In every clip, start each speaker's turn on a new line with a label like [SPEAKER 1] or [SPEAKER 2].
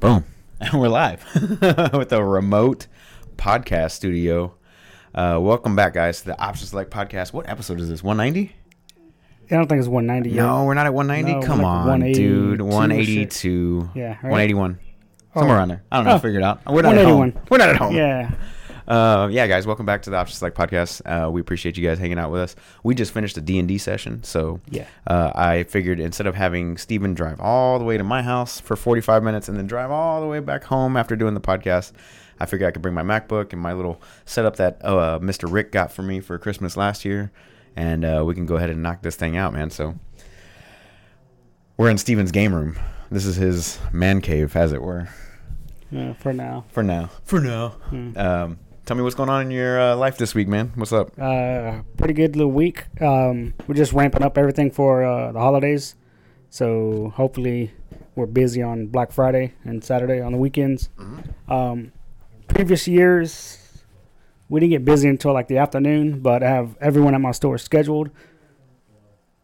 [SPEAKER 1] Boom.
[SPEAKER 2] And we're live with a remote podcast studio. Uh, welcome back, guys, to the Options Select podcast. What episode is this? 190?
[SPEAKER 3] I don't think it's 190 yet.
[SPEAKER 2] No, we're not at 190.
[SPEAKER 3] No,
[SPEAKER 2] Come
[SPEAKER 3] like
[SPEAKER 2] on,
[SPEAKER 3] 182
[SPEAKER 2] dude.
[SPEAKER 3] or
[SPEAKER 2] 182.
[SPEAKER 3] Yeah, right.
[SPEAKER 2] 181. Somewhere on there. I don't know.
[SPEAKER 3] Oh.
[SPEAKER 2] Figure it out. We're not at home.
[SPEAKER 3] 181.
[SPEAKER 2] We're not at home.
[SPEAKER 3] Yeah.
[SPEAKER 2] Uh, yeah, guys, welcome back to the Options Select podcast. Uh, we appreciate you guys hanging out with us. We just finished a D&D session, so
[SPEAKER 3] Yeah.
[SPEAKER 2] uh, I figured instead of having Steven drive all the way to my house for 45 minutes and then drive all the way back home after doing the podcast, I figured I could bring my MacBook and my little setup that uh, Mr. Rick got for me for Christmas last year, and uh, we can go ahead and knock this thing out, man. So we're in Steven's game room. This is his man cave, as it were,
[SPEAKER 3] Yeah, for now.
[SPEAKER 2] for now. For now.
[SPEAKER 3] Hmm.
[SPEAKER 2] Um, tell me what's going on in your uh, life this week, man. What's up?
[SPEAKER 3] Uh, pretty good little week. Um, we're just ramping up everything for uh, the holidays. So hopefully we're busy on Black Friday and Saturday on the weekends.
[SPEAKER 2] Mm-hmm.
[SPEAKER 3] Um, previous years, we didn't get busy until like the afternoon, but I have everyone at my store scheduled.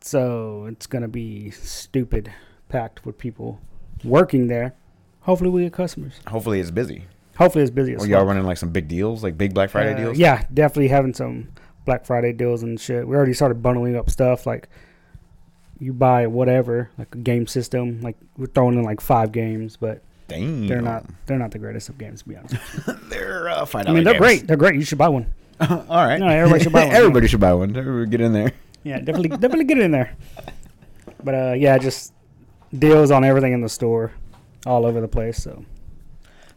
[SPEAKER 3] So it's going to be stupid packed with people working there. Hopefully we get customers.
[SPEAKER 2] Hopefully it's busy.
[SPEAKER 3] Hopefully it's busy as
[SPEAKER 2] Are y'all
[SPEAKER 3] fuck.
[SPEAKER 2] running like some big deals, like big Black Friday
[SPEAKER 3] Uh,
[SPEAKER 2] deals?
[SPEAKER 3] Yeah, definitely having some Black Friday deals and shit. We already started bundling up stuff like you buy whatever, like a game system. Like we're throwing in like five games, but
[SPEAKER 2] Dang.
[SPEAKER 3] they're not they're not the greatest of games to be honest.
[SPEAKER 2] They're uh, fine.
[SPEAKER 3] I mean they're great. They're great. You should buy one.
[SPEAKER 2] All right.
[SPEAKER 3] No, everybody should buy one.
[SPEAKER 2] everybody should buy one. Everybody get in there.
[SPEAKER 3] Yeah, definitely definitely get it in there. But uh yeah, just deals on everything in the store, all over the place. So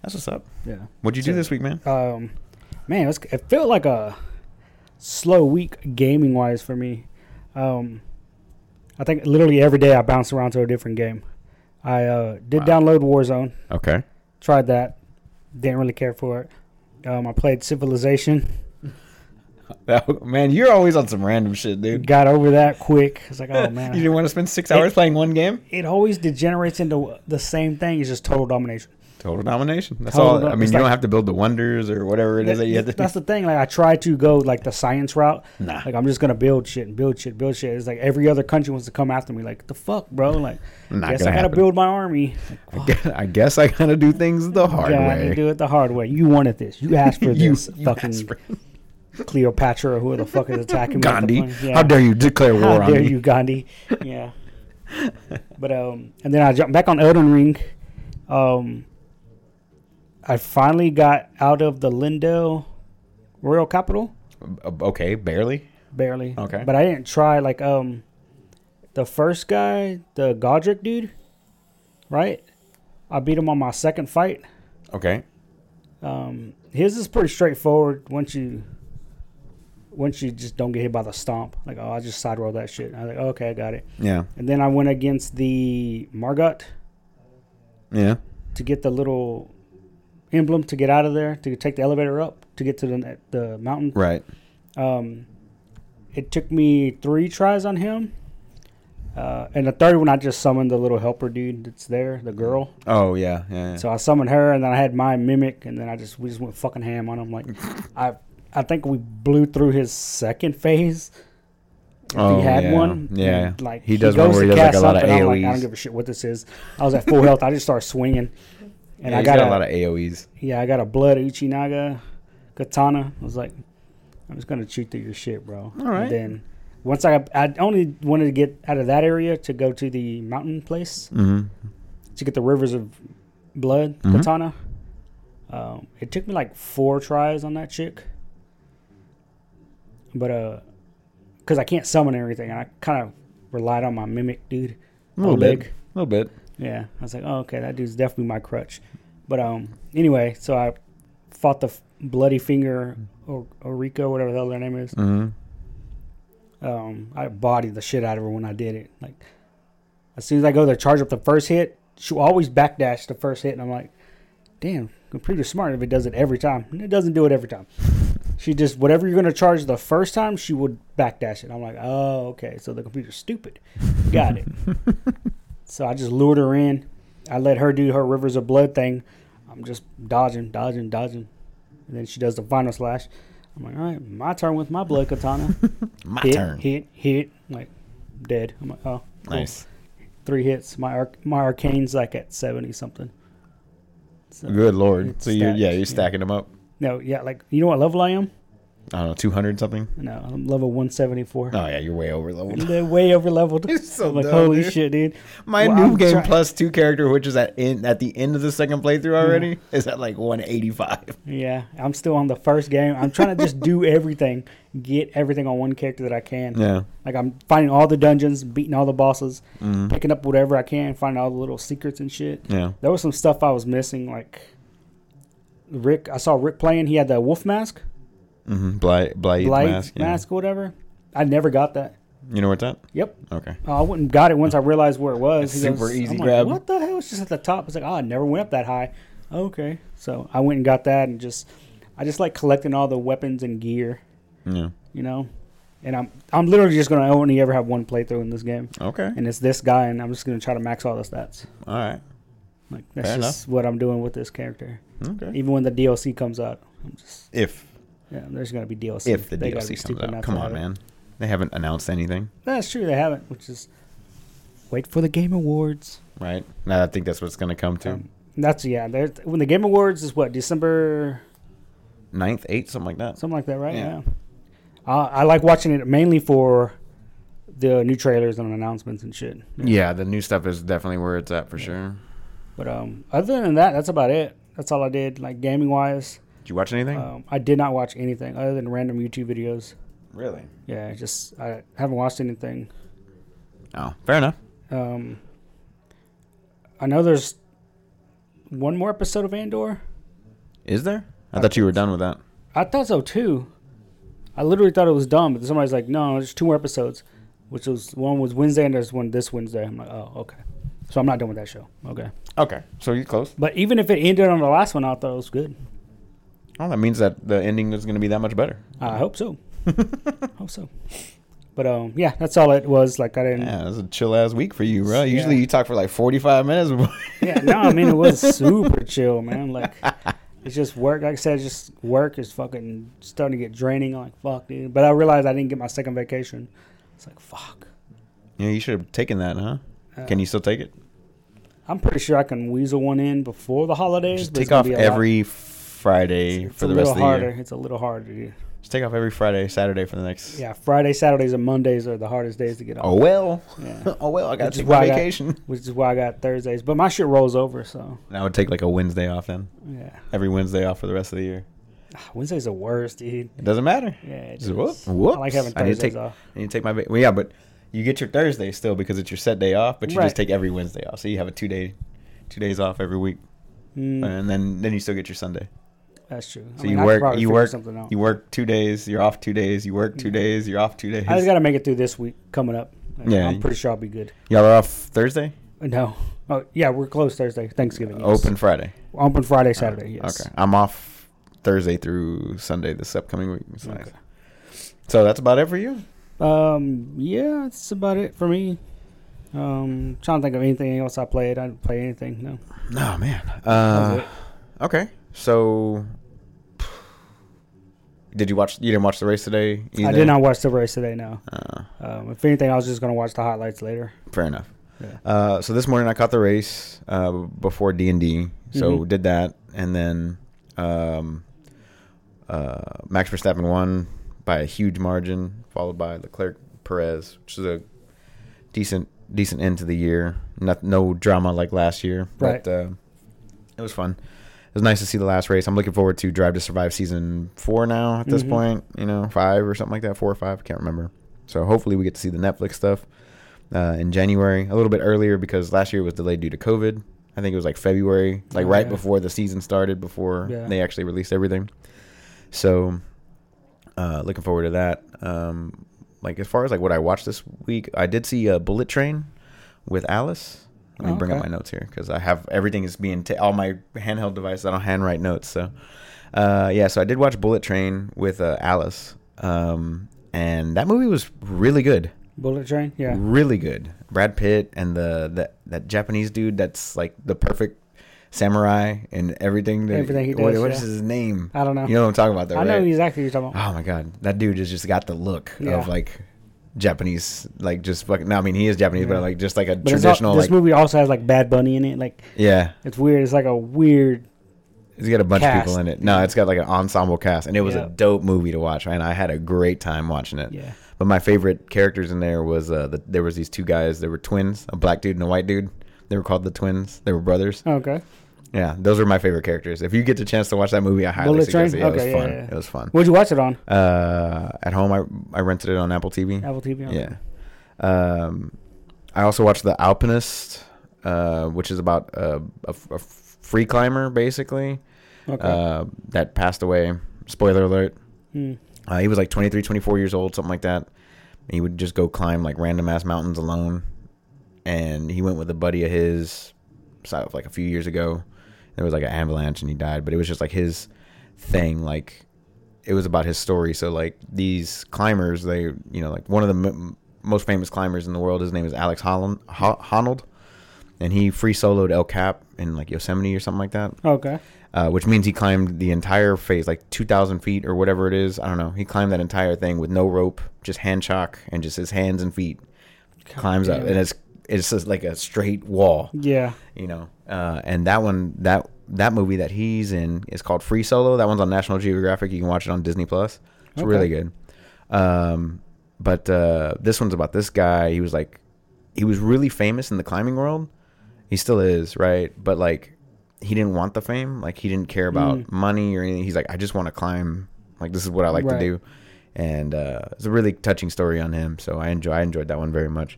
[SPEAKER 2] That's what's up.
[SPEAKER 3] yeah.
[SPEAKER 2] What'd you do
[SPEAKER 3] So-
[SPEAKER 2] this week, man?
[SPEAKER 3] um, man, it, was, it felt like a slow week gaming wise for me. Um, I think literally every day I bounced around to a different game. I uh, did
[SPEAKER 2] Wow.
[SPEAKER 3] download Warzone,
[SPEAKER 2] Okay.
[SPEAKER 3] tried that, didn't really care for it. Um, I played Civilization,
[SPEAKER 2] Oh, man, you're always on some random shit, dude.
[SPEAKER 3] got over that quick. It's like, oh
[SPEAKER 2] you
[SPEAKER 3] man,
[SPEAKER 2] didn't want to spend six hours playing one game?
[SPEAKER 3] it always degenerates into the same thing. It's just total domination.
[SPEAKER 2] Total domination. That's
[SPEAKER 3] Total
[SPEAKER 2] all.
[SPEAKER 3] dom-
[SPEAKER 2] I mean,
[SPEAKER 3] it's
[SPEAKER 2] you don't
[SPEAKER 3] like-
[SPEAKER 2] have to build the wonders or whatever it is that you have to.
[SPEAKER 3] That's the thing. Like I try to go like the science route.
[SPEAKER 2] Nah.
[SPEAKER 3] Like I'm just gonna build shit and build shit, build shit. It's like every other country wants to come after me. Like the fuck, bro. Like
[SPEAKER 2] Not gonna
[SPEAKER 3] guess I gotta
[SPEAKER 2] happen.
[SPEAKER 3] build my army. Like,
[SPEAKER 2] I guess- I guess I gotta do things the hard
[SPEAKER 3] gotta
[SPEAKER 2] way.
[SPEAKER 3] do it the hard way. You wanted this. You asked for
[SPEAKER 2] You-
[SPEAKER 3] this.
[SPEAKER 2] you
[SPEAKER 3] fucking
[SPEAKER 2] asked for-
[SPEAKER 3] Cleopatra or who the fuck is attacking me? at the
[SPEAKER 2] Gandhi,
[SPEAKER 3] point. Yeah.
[SPEAKER 2] how dare you declare war
[SPEAKER 3] How
[SPEAKER 2] on
[SPEAKER 3] dare
[SPEAKER 2] me?
[SPEAKER 3] you, Gandhi? Yeah. but um, and then I jumped back on Elden Ring. Um, I finally got out of the Lindell Royal Capital.
[SPEAKER 2] Uh, Okay, barely.
[SPEAKER 3] barely.
[SPEAKER 2] Okay.
[SPEAKER 3] But I didn't try like um the first guy, the Godric dude, right? I beat him on my second fight.
[SPEAKER 2] Okay.
[SPEAKER 3] Um his is pretty straightforward once you once you just don't get hit by the stomp. Like, oh I just side roll that shit. I was like, "Oh, okay, I got it.
[SPEAKER 2] Yeah.
[SPEAKER 3] And then I went against the Margot
[SPEAKER 2] Yeah.
[SPEAKER 3] to get the little emblem to get out of there, to take the elevator up, to get to the the mountain.
[SPEAKER 2] Right.
[SPEAKER 3] Um, it took me three tries on him. Uh, and the third one, I just summoned the little helper dude that's there, the girl.
[SPEAKER 2] Oh yeah. Yeah. yeah.
[SPEAKER 3] So I summoned her, and then I had my mimic, and then I just we just went fucking ham on him. Like, I I think we blew through his second phase. If
[SPEAKER 2] Oh,
[SPEAKER 3] he had
[SPEAKER 2] yeah.
[SPEAKER 3] one,
[SPEAKER 2] Yeah.
[SPEAKER 3] and, like
[SPEAKER 2] He does one where he does, like,
[SPEAKER 3] cast
[SPEAKER 2] a lot of
[SPEAKER 3] something, I'm like, I
[SPEAKER 2] AoEs.
[SPEAKER 3] don't give a shit what this is. I was at full health. I just started swinging, and
[SPEAKER 2] Yeah,
[SPEAKER 3] I
[SPEAKER 2] he's
[SPEAKER 3] got,
[SPEAKER 2] a
[SPEAKER 3] a
[SPEAKER 2] lot of AOE's.
[SPEAKER 3] yeah, I got a blood Uchinaga katana. I was like, I'm just gonna shoot through your shit, bro. All
[SPEAKER 2] right.
[SPEAKER 3] And then once I I only wanted to get out of that area to go to the mountain place
[SPEAKER 2] Mm-hmm.
[SPEAKER 3] to get the rivers of blood
[SPEAKER 2] Mhm.
[SPEAKER 3] katana. Um, it took me like four tries on that chick, but uh, cause I can't summon everything, and I kind of relied on my mimic dude.
[SPEAKER 2] A little
[SPEAKER 3] Oleg.
[SPEAKER 2] bit. A little bit.
[SPEAKER 3] Yeah, I was like, oh, okay, that dude's definitely my crutch. But um, anyway, so I fought the f- bloody finger or Orico, whatever the hell their name is.
[SPEAKER 2] Mm-hmm.
[SPEAKER 3] Um, I bodied the shit out of her when I did it. Like, as soon as I go to charge up the first hit, she always backdash the first hit, and I'm like, damn, computer's smart if it does it every time. And it doesn't do it every time. She just whatever you're gonna charge the first time, she would backdash it. I'm like, oh, okay, so the computer's stupid. Got it. so I just lured her in. I let her do her rivers of blood thing. I'm just dodging, dodging, dodging, and then she does the final slash. I'm like, all right, my turn with my blood katana.
[SPEAKER 2] My
[SPEAKER 3] hit,
[SPEAKER 2] turn.
[SPEAKER 3] hit, hit, like dead. I'm like, oh, cool.
[SPEAKER 2] Nice.
[SPEAKER 3] Three hits. My arc, my arcane's like at seventy something. So,
[SPEAKER 2] Good lord.
[SPEAKER 3] It's
[SPEAKER 2] So you are
[SPEAKER 3] stacked,
[SPEAKER 2] yeah,
[SPEAKER 3] yeah.
[SPEAKER 2] you're stacking them up.
[SPEAKER 3] No, yeah, like you know what level I am?
[SPEAKER 2] I don't know, 200 something.
[SPEAKER 3] No, I'm level 174.
[SPEAKER 2] Oh yeah, you're way over leveled.
[SPEAKER 3] They're way over leveled.
[SPEAKER 2] You're so
[SPEAKER 3] like,
[SPEAKER 2] dumb,
[SPEAKER 3] holy
[SPEAKER 2] dude.
[SPEAKER 3] shit, dude.
[SPEAKER 2] My
[SPEAKER 3] Well,
[SPEAKER 2] new
[SPEAKER 3] I'm
[SPEAKER 2] game
[SPEAKER 3] try-
[SPEAKER 2] plus two character, which is at in, at the end of the second playthrough
[SPEAKER 3] Mm-hmm.
[SPEAKER 2] already, is at like 185.
[SPEAKER 3] Yeah, I'm still on the first game. I'm trying to just do everything, get everything on one character that I can.
[SPEAKER 2] Yeah.
[SPEAKER 3] Like I'm finding all the dungeons, beating all the bosses,
[SPEAKER 2] Mhm.
[SPEAKER 3] picking up whatever I can, finding all the little secrets and shit.
[SPEAKER 2] Yeah.
[SPEAKER 3] There was some stuff I was missing, like Rick. I saw Rick playing. He had the wolf mask,
[SPEAKER 2] Mm-hmm. Blight, blight,
[SPEAKER 3] blade
[SPEAKER 2] mask.
[SPEAKER 3] mask,
[SPEAKER 2] yeah.
[SPEAKER 3] or whatever. I never got that.
[SPEAKER 2] You know where it's at?
[SPEAKER 3] Yep,
[SPEAKER 2] Okay.
[SPEAKER 3] Uh, I went and got it once I realized where it was.
[SPEAKER 2] It's
[SPEAKER 3] He
[SPEAKER 2] super easy
[SPEAKER 3] I'm like,
[SPEAKER 2] grab.
[SPEAKER 3] what the hell? It's just at the top. It's like, oh, I never went up that high. Okay, so I went and got that, and just I just like collecting all the weapons and gear,
[SPEAKER 2] Yeah.
[SPEAKER 3] you know. And I'm I'm literally just gonna only ever have one playthrough in this game,
[SPEAKER 2] Okay.
[SPEAKER 3] and it's this guy, and I'm just gonna try to max all the stats.
[SPEAKER 2] All right.
[SPEAKER 3] Like that's
[SPEAKER 2] Fair
[SPEAKER 3] just what I'm doing with this character.
[SPEAKER 2] Okay.
[SPEAKER 3] Even when the DLC comes out, I'm just
[SPEAKER 2] If
[SPEAKER 3] yeah. There's gonna be DLC.
[SPEAKER 2] if the
[SPEAKER 3] They gotta be
[SPEAKER 2] DLC comes
[SPEAKER 3] stupid
[SPEAKER 2] out,
[SPEAKER 3] not
[SPEAKER 2] come
[SPEAKER 3] to
[SPEAKER 2] on,
[SPEAKER 3] have it.
[SPEAKER 2] man. They haven't announced anything,
[SPEAKER 3] That's true. They haven't, which is wait for the Game Awards.
[SPEAKER 2] right? No, I think that's what's going to come to
[SPEAKER 3] Um, That's yeah. There's, when the Game Awards is what December,
[SPEAKER 2] ninth, eighth, something like that.
[SPEAKER 3] something like that, right?
[SPEAKER 2] Yeah.
[SPEAKER 3] Yeah. Uh, I like watching it mainly for the new trailers and announcements and shit.
[SPEAKER 2] Yeah, the new stuff is definitely where it's at for sure.
[SPEAKER 3] But um, other than that, that's about it. That's all I did, like gaming wise.
[SPEAKER 2] Did you watch anything?
[SPEAKER 3] Um, I did not watch anything other than random YouTube videos.
[SPEAKER 2] really?
[SPEAKER 3] Yeah, just I haven't watched anything.
[SPEAKER 2] Oh, fair enough.
[SPEAKER 3] Um, I know there's one more episode of Andor.
[SPEAKER 2] Is there? I
[SPEAKER 3] I
[SPEAKER 2] thought you were done with that.
[SPEAKER 3] I thought so too. I literally thought it was dumb, but somebody's like, "No, there's two more episodes," which was one was Wednesday and there's one this Wednesday. I'm like, "Oh, okay." So I'm not done with that show. Okay,
[SPEAKER 2] Okay, so you close.
[SPEAKER 3] but even if it ended on the last one, I thought it was good.
[SPEAKER 2] Well, Oh, that means that the ending is going to be that much better.
[SPEAKER 3] I hope so. hope so. But um, yeah, that's all it was. Like I didn't. Yeah,
[SPEAKER 2] Yeah, that's a chill ass week for you, bro.
[SPEAKER 3] Yeah.
[SPEAKER 2] Usually you talk for like forty five minutes.
[SPEAKER 3] no, I mean it was super chill, man. Like it's just work. Like I said, just work is fucking starting to get draining. I'm like fuck, dude. But I realized I didn't get my second vacation. It's like fuck.
[SPEAKER 2] yeah, you should have taken that, huh?
[SPEAKER 3] Uh,
[SPEAKER 2] Can you still take it?
[SPEAKER 3] I'm pretty sure I can weasel one in before the holidays.
[SPEAKER 2] Just
[SPEAKER 3] but it's
[SPEAKER 2] take
[SPEAKER 3] gonna
[SPEAKER 2] off
[SPEAKER 3] be a lot-
[SPEAKER 2] every Friday
[SPEAKER 3] it's
[SPEAKER 2] for
[SPEAKER 3] a
[SPEAKER 2] the rest
[SPEAKER 3] little
[SPEAKER 2] of the
[SPEAKER 3] harder.
[SPEAKER 2] year.
[SPEAKER 3] It's a little harder. Dude.
[SPEAKER 2] Just take off every Friday, Saturday for the next.
[SPEAKER 3] Yeah, Friday, Saturdays, and Mondays are the hardest days to get off.
[SPEAKER 2] Oh well.
[SPEAKER 3] Yeah,
[SPEAKER 2] oh well, I got
[SPEAKER 3] Which
[SPEAKER 2] to
[SPEAKER 3] is
[SPEAKER 2] take
[SPEAKER 3] why
[SPEAKER 2] my
[SPEAKER 3] I got-
[SPEAKER 2] vacation.
[SPEAKER 3] which is why I got Thursdays. But my shit rolls over, so
[SPEAKER 2] And I would take like a Wednesday off then.
[SPEAKER 3] yeah.
[SPEAKER 2] Every Wednesday off for the rest of the year.
[SPEAKER 3] Ah, Wednesday's the worst, dude.
[SPEAKER 2] It doesn't matter.
[SPEAKER 3] Yeah, it
[SPEAKER 2] Just
[SPEAKER 3] is.
[SPEAKER 2] whoop,
[SPEAKER 3] I
[SPEAKER 2] whoops.
[SPEAKER 3] like having
[SPEAKER 2] I need to
[SPEAKER 3] Thursdays
[SPEAKER 2] take-
[SPEAKER 3] off.
[SPEAKER 2] And you take my va- well, yeah, but you get your Thursday still because it's your set day off, but you
[SPEAKER 3] Right.
[SPEAKER 2] just take every Wednesday off. So you have a two day, two days off every week,
[SPEAKER 3] Mm,
[SPEAKER 2] and then then you still get your Sunday.
[SPEAKER 3] that's true. I
[SPEAKER 2] So
[SPEAKER 3] mean,
[SPEAKER 2] you
[SPEAKER 3] I could
[SPEAKER 2] work-
[SPEAKER 3] probably
[SPEAKER 2] you
[SPEAKER 3] figure
[SPEAKER 2] work-
[SPEAKER 3] something out.
[SPEAKER 2] You work two days, you're off two days. You work two
[SPEAKER 3] Oh. Yeah.
[SPEAKER 2] days, you're off two days.
[SPEAKER 3] I just got to make it through this week coming up. Like,
[SPEAKER 2] Yeah,
[SPEAKER 3] I'm
[SPEAKER 2] you-
[SPEAKER 3] pretty sure I'll be good.
[SPEAKER 2] Y'all are off Thursday,
[SPEAKER 3] No, oh yeah, we're closed Thursday, Thanksgiving. yes.
[SPEAKER 2] open Friday.
[SPEAKER 3] open Friday, Saturday. Yes.
[SPEAKER 2] Okay, I'm off Thursday through Sunday this upcoming week. It's nice.
[SPEAKER 3] Okay.
[SPEAKER 2] So that's about it for you.
[SPEAKER 3] Um, yeah, that's about it for me. Um, trying to think of anything else I played. I didn't play anything. No,
[SPEAKER 2] No man.
[SPEAKER 3] That was
[SPEAKER 2] Uh,
[SPEAKER 3] it.
[SPEAKER 2] okay, so. Did you watch? You didn't watch the race today.
[SPEAKER 3] I
[SPEAKER 2] either?
[SPEAKER 3] did not watch the race today. No.
[SPEAKER 2] Uh,
[SPEAKER 3] Um, if anything, I was just gonna watch the highlights later.
[SPEAKER 2] Fair enough.
[SPEAKER 3] Yeah.
[SPEAKER 2] Uh, so this morning I caught the race uh, before D and D, so
[SPEAKER 3] Mhm.
[SPEAKER 2] did that, and then um, uh, Max Verstappen won by a huge margin, followed by Leclerc Perez, which is a decent decent end to the year. Not, no drama like last year,
[SPEAKER 3] Right.
[SPEAKER 2] but uh, it was fun. It was nice to see the last race. I'm looking forward to Drive to Survive season four now. At this
[SPEAKER 3] Mhm.
[SPEAKER 2] point, you know, five or something like that, four or five, I can't remember. So hopefully we get to see the Netflix stuff uh, in January, a little bit earlier because last year was delayed due to COVID. I think it was like February, like
[SPEAKER 3] Oh,
[SPEAKER 2] right
[SPEAKER 3] yeah.
[SPEAKER 2] before the season started, before
[SPEAKER 3] Yeah.
[SPEAKER 2] they actually released everything. So, uh, looking forward to that. Um, like as far as like what I watched this week, I did see uh, Bullet Train with Alice. Let me
[SPEAKER 3] Oh,
[SPEAKER 2] bring up
[SPEAKER 3] okay.
[SPEAKER 2] my notes here because I have everything is being ta- all my handheld devices. I don't handwrite notes, so uh, yeah. So I did watch Bullet Train with uh, Alice, um, and that movie was really good
[SPEAKER 3] Bullet Train. Yeah.
[SPEAKER 2] really good. Brad Pitt and the that that Japanese dude that's like the perfect samurai and everything. That,
[SPEAKER 3] Everything he
[SPEAKER 2] what-
[SPEAKER 3] does,
[SPEAKER 2] what is
[SPEAKER 3] yeah.
[SPEAKER 2] his name?
[SPEAKER 3] I don't know.
[SPEAKER 2] You know what I'm talking about, though,
[SPEAKER 3] I know
[SPEAKER 2] right?
[SPEAKER 3] exactly what you're talking about.
[SPEAKER 2] oh my god, that dude has just got the look
[SPEAKER 3] Yeah.
[SPEAKER 2] of like Japanese, like just fucking. No, I mean he is Japanese,
[SPEAKER 3] Yeah.
[SPEAKER 2] but like just like a
[SPEAKER 3] But it's all,
[SPEAKER 2] traditional,
[SPEAKER 3] this
[SPEAKER 2] like
[SPEAKER 3] movie also has like Bad Bunny in it. Like
[SPEAKER 2] yeah,
[SPEAKER 3] it's weird. It's like a weird
[SPEAKER 2] It's got a bunch of
[SPEAKER 3] Cast.
[SPEAKER 2] people in it. No, it's got like an ensemble cast, and it was
[SPEAKER 3] Yeah.
[SPEAKER 2] a dope movie to watch, and I had a great time watching it.
[SPEAKER 3] Yeah.
[SPEAKER 2] But my favorite characters in there was uh, the, there was these two guys. They were twins, a black dude and a white dude. They were called the twins. They were brothers.
[SPEAKER 3] Okay.
[SPEAKER 2] Yeah, those are my favorite characters. If you get the chance to watch that movie, I highly
[SPEAKER 3] Bullet
[SPEAKER 2] suggest
[SPEAKER 3] Train?
[SPEAKER 2] it. Yeah,
[SPEAKER 3] Okay,
[SPEAKER 2] it was
[SPEAKER 3] yeah,
[SPEAKER 2] fun.
[SPEAKER 3] yeah.
[SPEAKER 2] It was fun.
[SPEAKER 3] What'd you watch it on?
[SPEAKER 2] Uh, at home, I I rented it on Apple TV.
[SPEAKER 3] Apple TV. okay.
[SPEAKER 2] Yeah. Um, I also watched The Alpinist, uh, which is about uh, a, f- a free climber basically
[SPEAKER 3] Okay.
[SPEAKER 2] uh, that passed away. Spoiler alert.
[SPEAKER 3] Hmm.
[SPEAKER 2] Uh, he was like 23, 24 years old, something like that. And he would just go climb like random ass mountains alone. And he went with a buddy of his so, like a few years ago. There was like an avalanche and he died, but it was just like his thing. Like it was about his story. So like these climbers, they, you know, like one of the m- most famous climbers in the world, his name is Alex Holland, Ho- Honnold. And he free soloed El Cap in like Yosemite or something like that
[SPEAKER 3] Okay.
[SPEAKER 2] uh, which means he climbed the entire phase, like 2,000 feet or whatever it is. I don't know. He climbed that entire thing with no rope, just hand chalk and just his hands and feet. climbs up,
[SPEAKER 3] damn.
[SPEAKER 2] and it's it's just like a straight wall,
[SPEAKER 3] Yeah.
[SPEAKER 2] you know. Uh, and that one, that that movie that he's in is called Free Solo. That one's on National Geographic. You can watch it on Disney Plus. It's
[SPEAKER 3] Okay.
[SPEAKER 2] really good. Um, but uh, this one's about this guy. He was like, he was really famous in the climbing world. He still is, right? But like, he didn't want the fame. Like, he didn't care about money or anything. He's like, I just want to climb. Like, this is what I like
[SPEAKER 3] Right.
[SPEAKER 2] to do. And uh, it's a really touching story on him. So I enjoy. I enjoyed that one very much.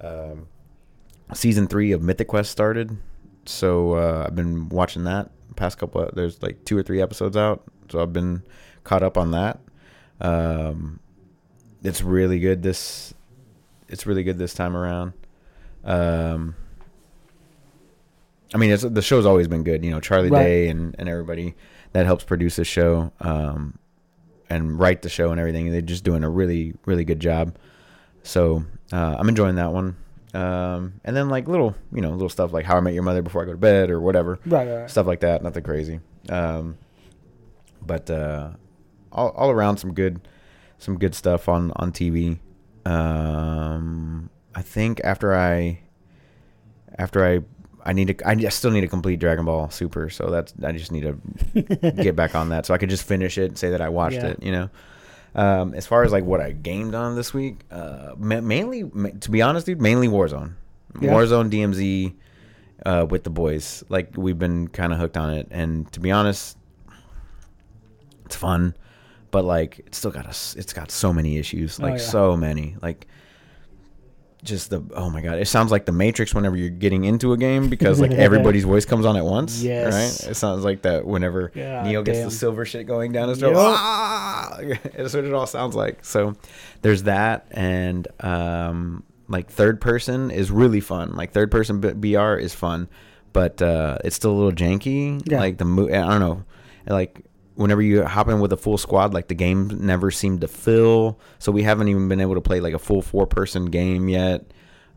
[SPEAKER 2] Um, season three of Mythic Quest started, so uh, I've been watching that. Past couple, there's like two or three episodes out, so I've been caught up on that. Um, it's really good this. It's really good this time around. Um, I mean, it's, the show's always been good. You know, Charlie
[SPEAKER 3] Right.
[SPEAKER 2] Day and, and everybody that helps produce the show um, and write the show and everything. They're just doing a really, really good job. So uh, I'm enjoying that one. Um, and then like little, you know, little stuff like How I Met Your Mother Before I Go to Bed or whatever
[SPEAKER 3] Right. Right. right.
[SPEAKER 2] stuff like that. Nothing crazy. Um, but uh, all all around some good some good stuff on on TV. Um, I think after I after I I need to I just still need to complete Dragon Ball Super, so that's I just need to get back on that so I could just finish it and say that I watched
[SPEAKER 3] Yeah.
[SPEAKER 2] it. You know. Um, as far as like what I gamed on this week, uh, ma- mainly ma- to be honest, dude, mainly Warzone,
[SPEAKER 3] Yeah.
[SPEAKER 2] Warzone, DMZ, uh, with the boys. Like we've been kind of hooked on it, and to be honest, it's fun, but like it's still got us. It's got so many issues,
[SPEAKER 3] Oh,
[SPEAKER 2] like
[SPEAKER 3] yeah.
[SPEAKER 2] so many, like just the oh my god, it sounds like the Matrix whenever you're getting into a game because like everybody's voice comes on at once.
[SPEAKER 3] Yes.
[SPEAKER 2] right. It sounds like that whenever
[SPEAKER 3] God
[SPEAKER 2] Neo gets
[SPEAKER 3] damn.
[SPEAKER 2] the silver shit going down his throat.
[SPEAKER 3] Yep.
[SPEAKER 2] Ah! That's what it all sounds like. So there's that, and um, like third person is really fun. Like third person B- BR is fun, but uh, it's still a little janky.
[SPEAKER 3] Yeah.
[SPEAKER 2] Like the mo- I don't know, like. Whenever you hop in with a full squad, like the game never seemed to fill, so we haven't even been able to play like a full four-person game yet.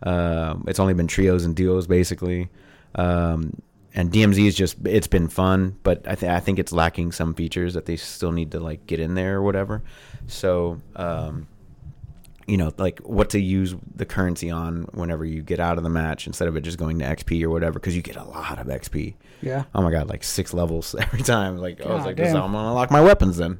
[SPEAKER 2] Um, it's only been trios and duos basically. Um, and DMZ is just it's been fun, but I think I think it's lacking some features that they still need to like get in there or whatever. So um, you know, like what to use the currency on whenever you get out of the match instead of it just going to XP or whatever because you get a lot of XP.
[SPEAKER 3] Yeah.
[SPEAKER 2] Oh my god, like six levels every time. Like I was
[SPEAKER 3] God
[SPEAKER 2] like, this,
[SPEAKER 3] damn.
[SPEAKER 2] I'm gonna unlock my weapons then.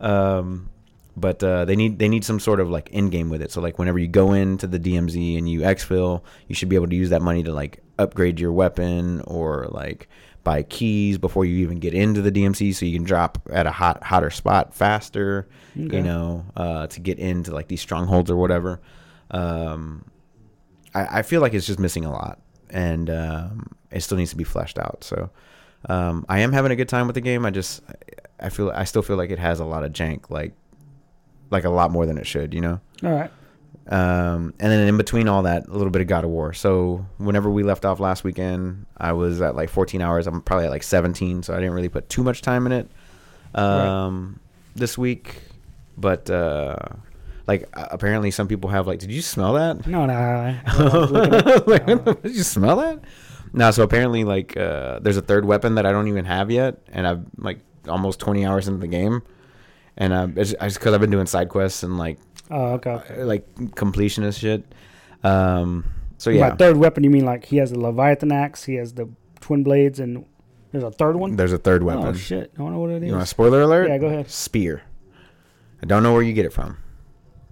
[SPEAKER 2] Um, but uh, they need they need some sort of like end game with it. So like whenever you go into the DMZ and you exfil, you should be able to use that money to like upgrade your weapon or like buy keys before you even get into the DMC, so you can drop at a hot hotter spot faster.
[SPEAKER 3] Okay.
[SPEAKER 2] You know, uh, to get into like these strongholds or whatever. Um, I, I feel like it's just missing a lot, and um, it still needs to be fleshed out. So um, I am having a good time with the game. I just I feel I still feel like it has a lot of jank, like like a lot more than it should, you know.
[SPEAKER 3] All right.
[SPEAKER 2] Um, and then in between all that, a little bit of God of War. So whenever we left off last weekend, I was at like 14 hours. I'm probably at like 17, so I didn't really put too much time in it um, this week. But uh, like a- apparently, some people have like, did you smell that?
[SPEAKER 3] No, no. I- I was looking at-
[SPEAKER 2] like, what the- did you smell that? No, so apparently, like, uh, there's a third weapon that I don't even have yet, and I've like almost 20 hours into the game, and I'm it's, it's because I've been doing side quests and like uh,
[SPEAKER 3] Oh, okay. okay.
[SPEAKER 2] like completionist shit. Um, so yeah,
[SPEAKER 3] By third weapon, you mean like he has the Leviathan axe, he has the twin blades, and There's a third one.
[SPEAKER 2] There's a third weapon.
[SPEAKER 3] Oh shit! I don't know what it
[SPEAKER 2] You want a
[SPEAKER 3] is.
[SPEAKER 2] spoiler alert?
[SPEAKER 3] Yeah, go ahead.
[SPEAKER 2] Spear. I don't know where you get it from.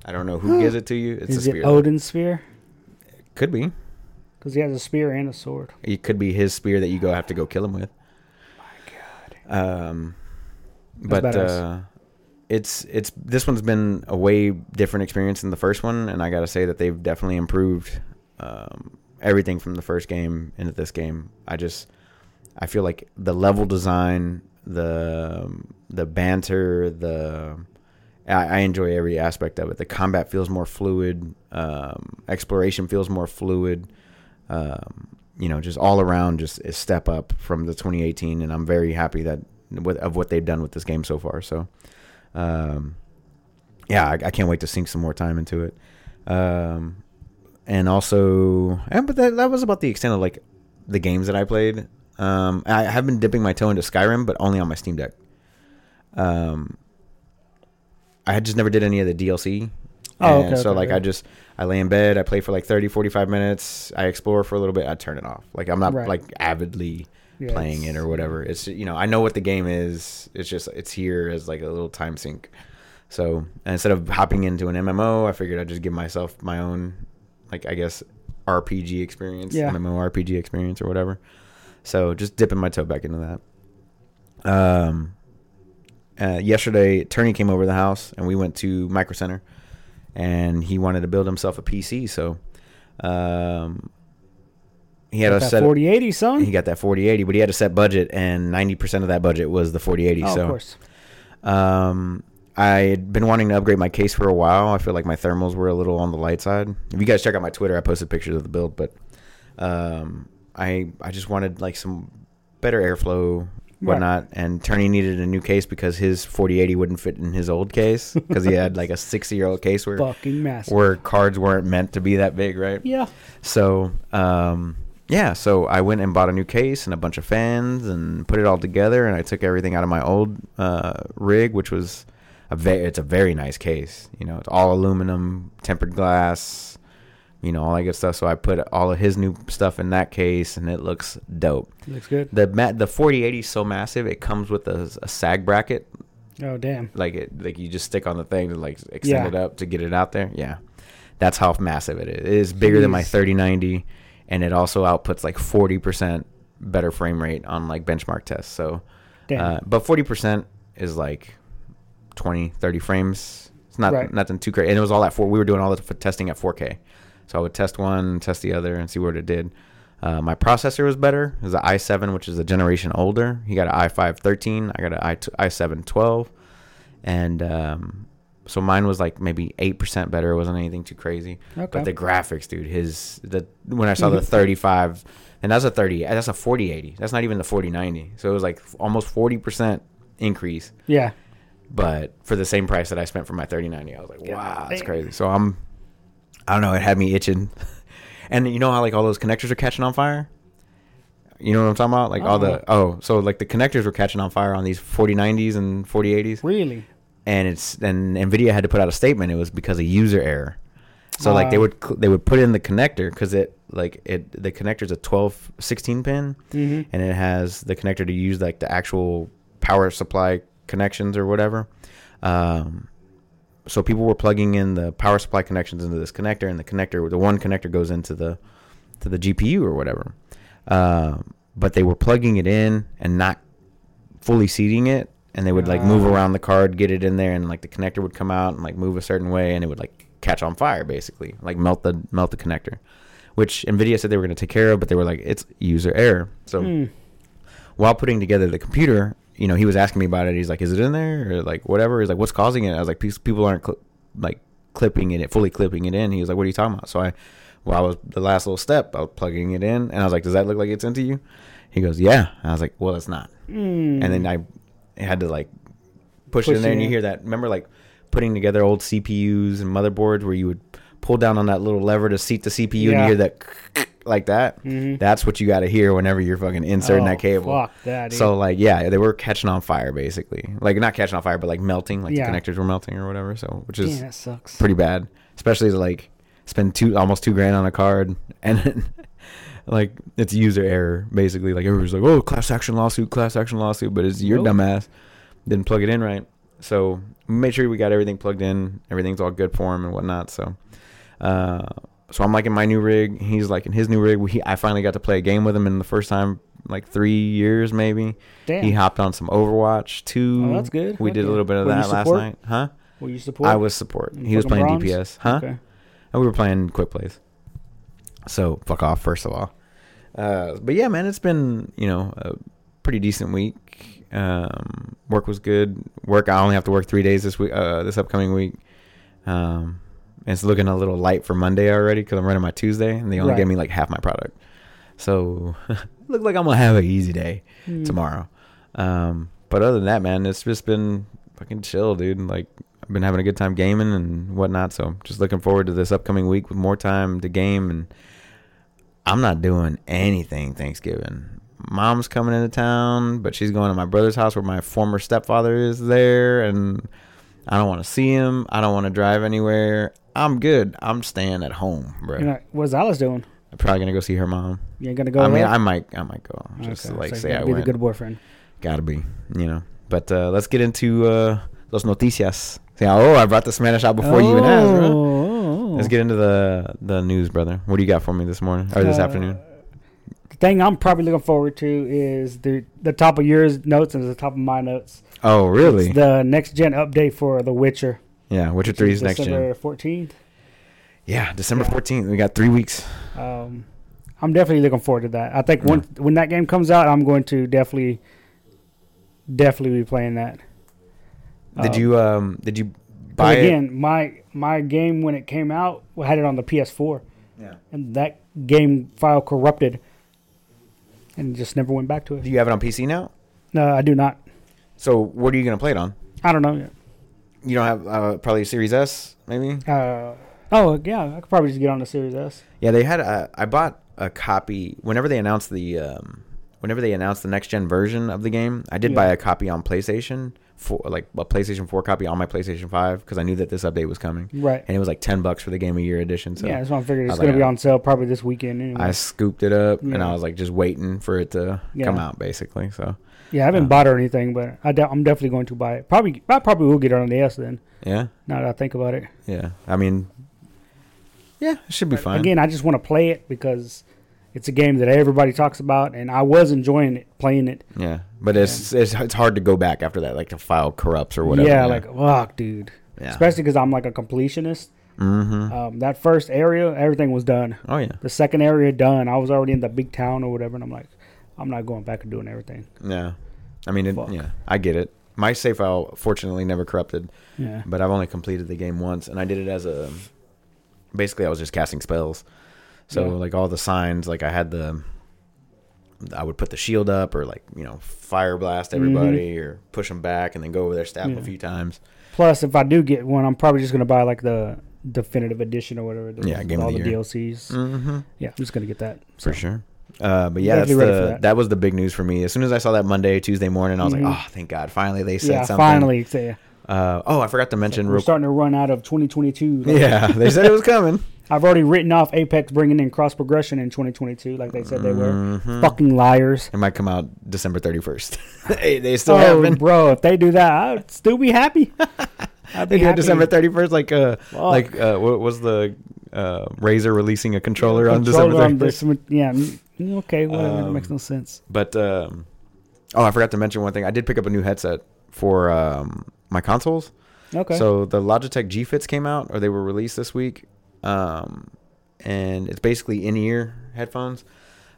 [SPEAKER 2] I don't know who gives it to you. It's
[SPEAKER 3] is
[SPEAKER 2] a
[SPEAKER 3] it
[SPEAKER 2] spear.
[SPEAKER 3] Odin's spear?
[SPEAKER 2] could be.
[SPEAKER 3] Because he has a spear and a sword.
[SPEAKER 2] It could be his spear that you go have to go kill him with.
[SPEAKER 3] God.
[SPEAKER 2] Um, but
[SPEAKER 3] badass.
[SPEAKER 2] uh, it's it's this one's been a way different experience than the first one, and I gotta say that they've definitely improved um, everything from the first game into this game. I just I feel like the level design, the um, the banter, the I, I enjoy every aspect of it. The combat feels more fluid. Um, exploration feels more fluid. Um, you know, just all around, just a step up from the 2018, and I'm very happy that with, of what they've done with this game so far. So, um, yeah, I, I can't wait to sink some more time into it. Um, and also, and, but that, that was about the extent of like the games that I played. Um, I have been dipping my toe into Skyrim, but only on my Steam Deck. Um, I had just never did any of the DLC.
[SPEAKER 3] Oh,
[SPEAKER 2] And
[SPEAKER 3] okay,
[SPEAKER 2] so
[SPEAKER 3] okay,
[SPEAKER 2] like I
[SPEAKER 3] yeah.
[SPEAKER 2] just I lay in bed, I play for like 30, 45 minutes, I explore for a little bit, I turn it off. Like I'm not
[SPEAKER 3] Right.
[SPEAKER 2] like avidly
[SPEAKER 3] Yeah,
[SPEAKER 2] playing it
[SPEAKER 3] it's-
[SPEAKER 2] or whatever. It's you know, I know what the game is. It's just it's here as like a little time sink. So and instead of hopping into an MMO, I figured I'd just give myself my own like I guess RPG experience,
[SPEAKER 3] Yeah.
[SPEAKER 2] MMORPG experience or whatever. So just dipping my toe back into that. Um, uh, yesterday, Turney came over to the house and we went to Micro Center, and he wanted to build himself a PC. So, um, he had a
[SPEAKER 3] That
[SPEAKER 2] set.
[SPEAKER 3] 4080, son.
[SPEAKER 2] He got that forty eighty, but he had a set budget, and ninety percent of that budget was the forty eighty.
[SPEAKER 3] oh,
[SPEAKER 2] so,
[SPEAKER 3] of course.
[SPEAKER 2] um, I had been wanting to upgrade my case for a while. I feel like my thermals were a little on the light side. If you guys check out my Twitter, I posted pictures of the build, but um, I I just wanted like some better airflow, whatnot. And Turney needed a new case because his 4080 wouldn't fit in his old case because he had like a 60 year old case where
[SPEAKER 3] Fucking massive.
[SPEAKER 2] where cards weren't meant to be that big, right?
[SPEAKER 3] yeah.
[SPEAKER 2] So, um, yeah, so I went and bought a new case and a bunch of fans and put it all together, and I took everything out of my old uh, rig, which was a ve- it's a very nice case. You know, it's all aluminum, tempered glass, you know, all that good stuff. So I put all of his new stuff in that case, and it looks dope.
[SPEAKER 3] Looks good.
[SPEAKER 2] The ma- the 4080 is so massive, it comes with a, a sag bracket
[SPEAKER 3] Oh damn.
[SPEAKER 2] like it like you just stick on the thing to like extend
[SPEAKER 3] Yeah.
[SPEAKER 2] it up to get it out there yeah that's how massive it is it is bigger than my
[SPEAKER 3] Jeez.
[SPEAKER 2] 3090 and it also outputs like 40% better frame rate on like benchmark tests so
[SPEAKER 3] Damn.
[SPEAKER 2] uh, but 40% is like 20 30 frames it's not
[SPEAKER 3] Right.
[SPEAKER 2] nothing too crazy and it was all at four we were doing all the f- testing at 4k so i would test one test the other and see what it did uh, my processor was better. It was an i7, which is a generation older. He got an i5 13. I got an i2, i7 12 and um, so mine was like maybe eight percent better. It wasn't anything too crazy.
[SPEAKER 3] Okay.
[SPEAKER 2] But the graphics, dude, his the when I saw the thirty five, and that's a thirty, that's a forty eighty. That's not even the forty ninety. So it was like f- almost forty percent increase,
[SPEAKER 3] yeah.
[SPEAKER 2] but for the same price that I spent for my thirty ninety, I was like, wow, that's
[SPEAKER 3] damn.
[SPEAKER 2] crazy. So I'm, I don't know, it had me itching, and you know how like all those connectors are catching on fire. You know what I'm talking about? Like all the oh, so like the connectors were catching on fire on these 4090s and 4080s
[SPEAKER 3] Really.
[SPEAKER 2] and it's and Nvidia had to put out a statement. It was because of user error. So like they
[SPEAKER 3] Wow.
[SPEAKER 2] would cl- they would put in the connector because it like it the connector's a 12 16 pin
[SPEAKER 3] Mm-hmm.
[SPEAKER 2] and it has the connector to use like the actual power supply connections or whatever. Um, so people were plugging in the power supply connections into this connector, and the connector, the one connector, goes into the to the GPU or whatever. Um, but they were plugging it in and not fully seating it, and they would like move
[SPEAKER 3] Ah.
[SPEAKER 2] around the card, get it in there, and like the connector would come out and like move a certain way, and it would like catch on fire basically, like melt the melt the connector. Which Nvidia said they were going to take care of, but they were like, it's user error.
[SPEAKER 3] Hmm.
[SPEAKER 2] So while putting together the computer, you know, he was asking me about it. He's like, "Is it in there?" Or like, "Whatever." He's like, "What's causing it?" I was like, "These "People aren't cl- like clipping it, fully clipping it in." He was like, "What are you talking about?" So I, well, I was the last little step. I was plugging it in, and I was like, "Does that look like it's into you?" He goes, "Yeah." And I was like, "Well, it's not."
[SPEAKER 3] Mm.
[SPEAKER 2] And then I had to like push, it
[SPEAKER 3] Push
[SPEAKER 2] in there,
[SPEAKER 3] it
[SPEAKER 2] and you
[SPEAKER 3] in.
[SPEAKER 2] hear that. Remember, like putting together old CPUs and motherboards where you would pull down on that little lever to seat the CPU, and
[SPEAKER 3] Yeah.
[SPEAKER 2] you hear that like that.
[SPEAKER 3] Mhm.
[SPEAKER 2] That's what you got to hear whenever you're fucking inserting that
[SPEAKER 3] Oh,
[SPEAKER 2] cable.
[SPEAKER 3] Fuck that.
[SPEAKER 2] So like yeah, they were catching on fire basically. Like not catching on fire, but like melting, like
[SPEAKER 3] Yeah.
[SPEAKER 2] the connectors were melting or whatever. So which
[SPEAKER 3] dude.
[SPEAKER 2] is
[SPEAKER 3] Damn, that sucks.
[SPEAKER 2] pretty bad, especially to like spend two almost two grand on a card and then, like it's user error basically. Like everybody's like, oh, class action lawsuit, class action lawsuit, but it's your
[SPEAKER 3] Nope.
[SPEAKER 2] dumbass didn't plug it in right. So made sure we got everything plugged in, everything's all good for him and whatnot. So, uh, so I'm liking my new rig. He's liking his new rig. We, I finally got to play a game with him in the first time like three years maybe.
[SPEAKER 3] Damn.
[SPEAKER 2] He hopped on some Overwatch too.
[SPEAKER 3] Oh, that's good.
[SPEAKER 2] We
[SPEAKER 3] Heck
[SPEAKER 2] did a
[SPEAKER 3] yeah.
[SPEAKER 2] little bit of
[SPEAKER 3] Were you
[SPEAKER 2] that last
[SPEAKER 3] support?
[SPEAKER 2] night, huh?
[SPEAKER 3] Will you support?
[SPEAKER 2] I was support.
[SPEAKER 3] You
[SPEAKER 2] He was
[SPEAKER 3] fucking
[SPEAKER 2] playing
[SPEAKER 3] bronze?
[SPEAKER 2] DPS, huh?
[SPEAKER 3] Okay.
[SPEAKER 2] And we were playing quick plays. So fuck off, first of all. Uh, but yeah, man, it's been you know a pretty decent week. Um, work was good. Work I only have to work three days this week, uh, this upcoming week. Um, and it's looking a little light for Monday already because I'm running my Tuesday, and they only
[SPEAKER 3] Right.
[SPEAKER 2] gave me like half my product. So look like I'm gonna have an easy day
[SPEAKER 3] Hmm.
[SPEAKER 2] tomorrow. Um, but other than that, man, it's just been fucking chill, dude. Like I've been having a good time gaming and whatnot. So just looking forward to this upcoming week with more time to game. And I'm not doing anything Thanksgiving. Mom's coming into town, but she's going to my brother's house where my former stepfather is there, and I don't want to see him. I don't want to drive anywhere. I'm good. I'm staying at home, bro.
[SPEAKER 3] You're not- what's Alice doing?
[SPEAKER 2] I'm probably gonna go see her mom.
[SPEAKER 3] You ain't gonna go.
[SPEAKER 2] I mean,
[SPEAKER 3] ahead?
[SPEAKER 2] I might, I might go just
[SPEAKER 3] Okay,
[SPEAKER 2] to, like
[SPEAKER 3] so you
[SPEAKER 2] say
[SPEAKER 3] gotta
[SPEAKER 2] I
[SPEAKER 3] be
[SPEAKER 2] went.
[SPEAKER 3] the good boyfriend.
[SPEAKER 2] Gotta be, you know. But uh, let's get into uh, los noticias. See, oh, I brought the Spanish out before you even asked, bro.
[SPEAKER 3] Oh.
[SPEAKER 2] Let's get into the the news, brother. What do you got for me this morning or this
[SPEAKER 3] Uh,
[SPEAKER 2] afternoon?
[SPEAKER 3] The thing I'm probably looking forward to is the the top of your notes and the top of my notes.
[SPEAKER 2] Oh, really?
[SPEAKER 3] It's the next gen update for The Witcher.
[SPEAKER 2] yeah, Witcher
[SPEAKER 3] which
[SPEAKER 2] Three
[SPEAKER 3] is
[SPEAKER 2] is next
[SPEAKER 3] December
[SPEAKER 2] gen.
[SPEAKER 3] 14th.
[SPEAKER 2] Yeah, December
[SPEAKER 3] Yeah.
[SPEAKER 2] fourteenth. We got three weeks.
[SPEAKER 3] Um, I'm definitely looking forward to that. I think when when that game comes out, I'm going to definitely definitely be playing that.
[SPEAKER 2] Did
[SPEAKER 3] Um,
[SPEAKER 2] you um did you buy
[SPEAKER 3] But
[SPEAKER 2] it?
[SPEAKER 3] again, my my game when it came out I had it on the PS4,
[SPEAKER 2] Yeah.
[SPEAKER 3] and that game file corrupted, and just never went back to
[SPEAKER 2] Do
[SPEAKER 3] it.
[SPEAKER 2] you have it on PC now?
[SPEAKER 3] No, I do not.
[SPEAKER 2] So what are you gonna play it on?
[SPEAKER 3] I don't know yet.
[SPEAKER 2] You don't have uh, probably Series S, maybe.
[SPEAKER 3] Uh, oh yeah, I could probably just get on the Series S.
[SPEAKER 2] Yeah, they had. A, I bought a copy whenever they announced the um, whenever they announced the next gen version of the game. I did
[SPEAKER 3] Yeah.
[SPEAKER 2] buy a copy on PlayStation for like a PlayStation Four copy on my PlayStation Five because I knew that this update was coming,
[SPEAKER 3] Right.
[SPEAKER 2] and it was like ten bucks for the Game of Year edition. So
[SPEAKER 3] yeah, that's what I
[SPEAKER 2] I
[SPEAKER 3] figured. It's
[SPEAKER 2] was
[SPEAKER 3] gonna
[SPEAKER 2] like,
[SPEAKER 3] be
[SPEAKER 2] uh,
[SPEAKER 3] on sale probably this weekend. Anyway.
[SPEAKER 2] I scooped it up and I
[SPEAKER 3] Yeah.
[SPEAKER 2] was like just waiting for it to come
[SPEAKER 3] Yeah.
[SPEAKER 2] out, basically. So
[SPEAKER 3] yeah, I haven't
[SPEAKER 2] uh,
[SPEAKER 3] bought or anything, but I de- I'm definitely going to buy it. Probably, I probably will get it on the S then.
[SPEAKER 2] yeah,
[SPEAKER 3] Now that I think about it.
[SPEAKER 2] yeah. I mean, yeah, it should be
[SPEAKER 3] But
[SPEAKER 2] fine.
[SPEAKER 3] Again, I just want to play it because it's a game that everybody talks about, and I was enjoying it playing it.
[SPEAKER 2] yeah, but it's, it's it's hard to go back after that. Like the file corrupts or whatever.
[SPEAKER 3] yeah, like fuck, dude.
[SPEAKER 2] yeah.
[SPEAKER 3] Especially because I'm like a completionist.
[SPEAKER 2] mm-hmm.
[SPEAKER 3] Um, that first area, everything was done.
[SPEAKER 2] oh yeah,
[SPEAKER 3] The second area done. I was already in the big town or whatever, and I'm like, I'm not going back and doing everything.
[SPEAKER 2] Yeah. I mean, it,
[SPEAKER 3] Fuck.
[SPEAKER 2] yeah, I get it. My save file fortunately never corrupted,
[SPEAKER 3] Yeah.
[SPEAKER 2] but I've only completed the game once, and I did it as a. Basically, I was just casting spells, so
[SPEAKER 3] Yeah.
[SPEAKER 2] like all the signs, like I had the. I would put the shield up, or like you know, fire blast everybody, or push them back, and then go over their staff
[SPEAKER 3] Mm-hmm. Yeah.
[SPEAKER 2] a few times.
[SPEAKER 3] Plus, if I do get one, I'm probably just gonna buy like the definitive edition or whatever. the-
[SPEAKER 2] Yeah,
[SPEAKER 3] with
[SPEAKER 2] Game of
[SPEAKER 3] all
[SPEAKER 2] the
[SPEAKER 3] the
[SPEAKER 2] Year.
[SPEAKER 3] DLCs.
[SPEAKER 2] Mm-hmm.
[SPEAKER 3] Yeah, I'm just gonna get that.
[SPEAKER 2] For sure. Uh, but yeah, that's
[SPEAKER 3] Definitely ready for
[SPEAKER 2] the, that.
[SPEAKER 3] that.
[SPEAKER 2] was the big news for me. As soon as I saw that Monday, Tuesday morning, I was
[SPEAKER 3] Mhm.
[SPEAKER 2] like, "Oh, thank God! Finally, they said
[SPEAKER 3] Yeah,
[SPEAKER 2] something."
[SPEAKER 3] finally. so, yeah.
[SPEAKER 2] Uh, oh, I forgot to mention.
[SPEAKER 3] We're
[SPEAKER 2] real
[SPEAKER 3] starting to run out of 2022. Like,
[SPEAKER 2] yeah, they said it was coming.
[SPEAKER 3] I've already written off Apex bringing in cross progression in 2022, like they said they were.
[SPEAKER 2] Mhm.
[SPEAKER 3] Fucking liars.
[SPEAKER 2] It might come out December 31st. hey, they still
[SPEAKER 3] Oh,
[SPEAKER 2] haven't.
[SPEAKER 3] bro, if they do that, I'd still be happy. I'd
[SPEAKER 2] They
[SPEAKER 3] be
[SPEAKER 2] do it
[SPEAKER 3] happy.
[SPEAKER 2] December 31st, like uh,
[SPEAKER 3] Fuck.
[SPEAKER 2] like uh, what was the uh, Razor releasing a controller on December
[SPEAKER 3] Controller
[SPEAKER 2] 31st?
[SPEAKER 3] on December- yeah. mm, Okay, whatever. that
[SPEAKER 2] Um,
[SPEAKER 3] makes no sense.
[SPEAKER 2] But um, oh, I forgot to mention one thing. I did pick up a new headset for um, my consoles.
[SPEAKER 3] Okay.
[SPEAKER 2] So the Logitech G Fits came out, or they were released this week, um, and it's basically in-ear headphones,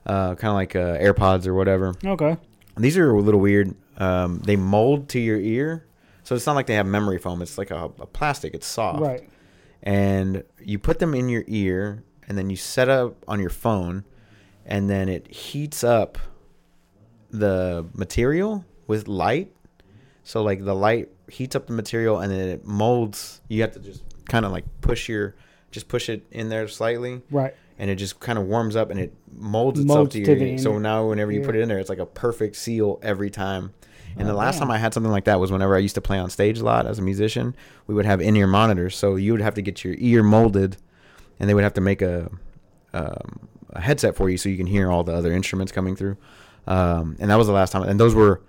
[SPEAKER 2] uh, kind of like uh, AirPods or whatever.
[SPEAKER 3] okay.
[SPEAKER 2] These are a little weird. Um, they mold to your ear, so it's not like they have memory foam. It's like a, a plastic. It's soft.
[SPEAKER 3] Right.
[SPEAKER 2] And you put them in your ear, and then you set up on your phone, and then it heats up the material with light. So like the light heats up the material, and then it molds. You have to just kind of like push your, just push it in there slightly
[SPEAKER 3] Right.
[SPEAKER 2] and it just kind of warms up and it molds
[SPEAKER 3] Molds
[SPEAKER 2] itself to your
[SPEAKER 3] to the
[SPEAKER 2] ear.
[SPEAKER 3] end.
[SPEAKER 2] So now whenever you put
[SPEAKER 3] Yeah.
[SPEAKER 2] it in there, it's like a perfect seal every time. And the
[SPEAKER 3] Oh,
[SPEAKER 2] last
[SPEAKER 3] damn.
[SPEAKER 2] time I had something like that was whenever I used to play on stage a lot as a musician. We would have in-ear monitors, so you would have to get your ear molded, and they would have to make a um, a headset for you so you can hear all the other instruments coming through. Um, and that was the last time. And those were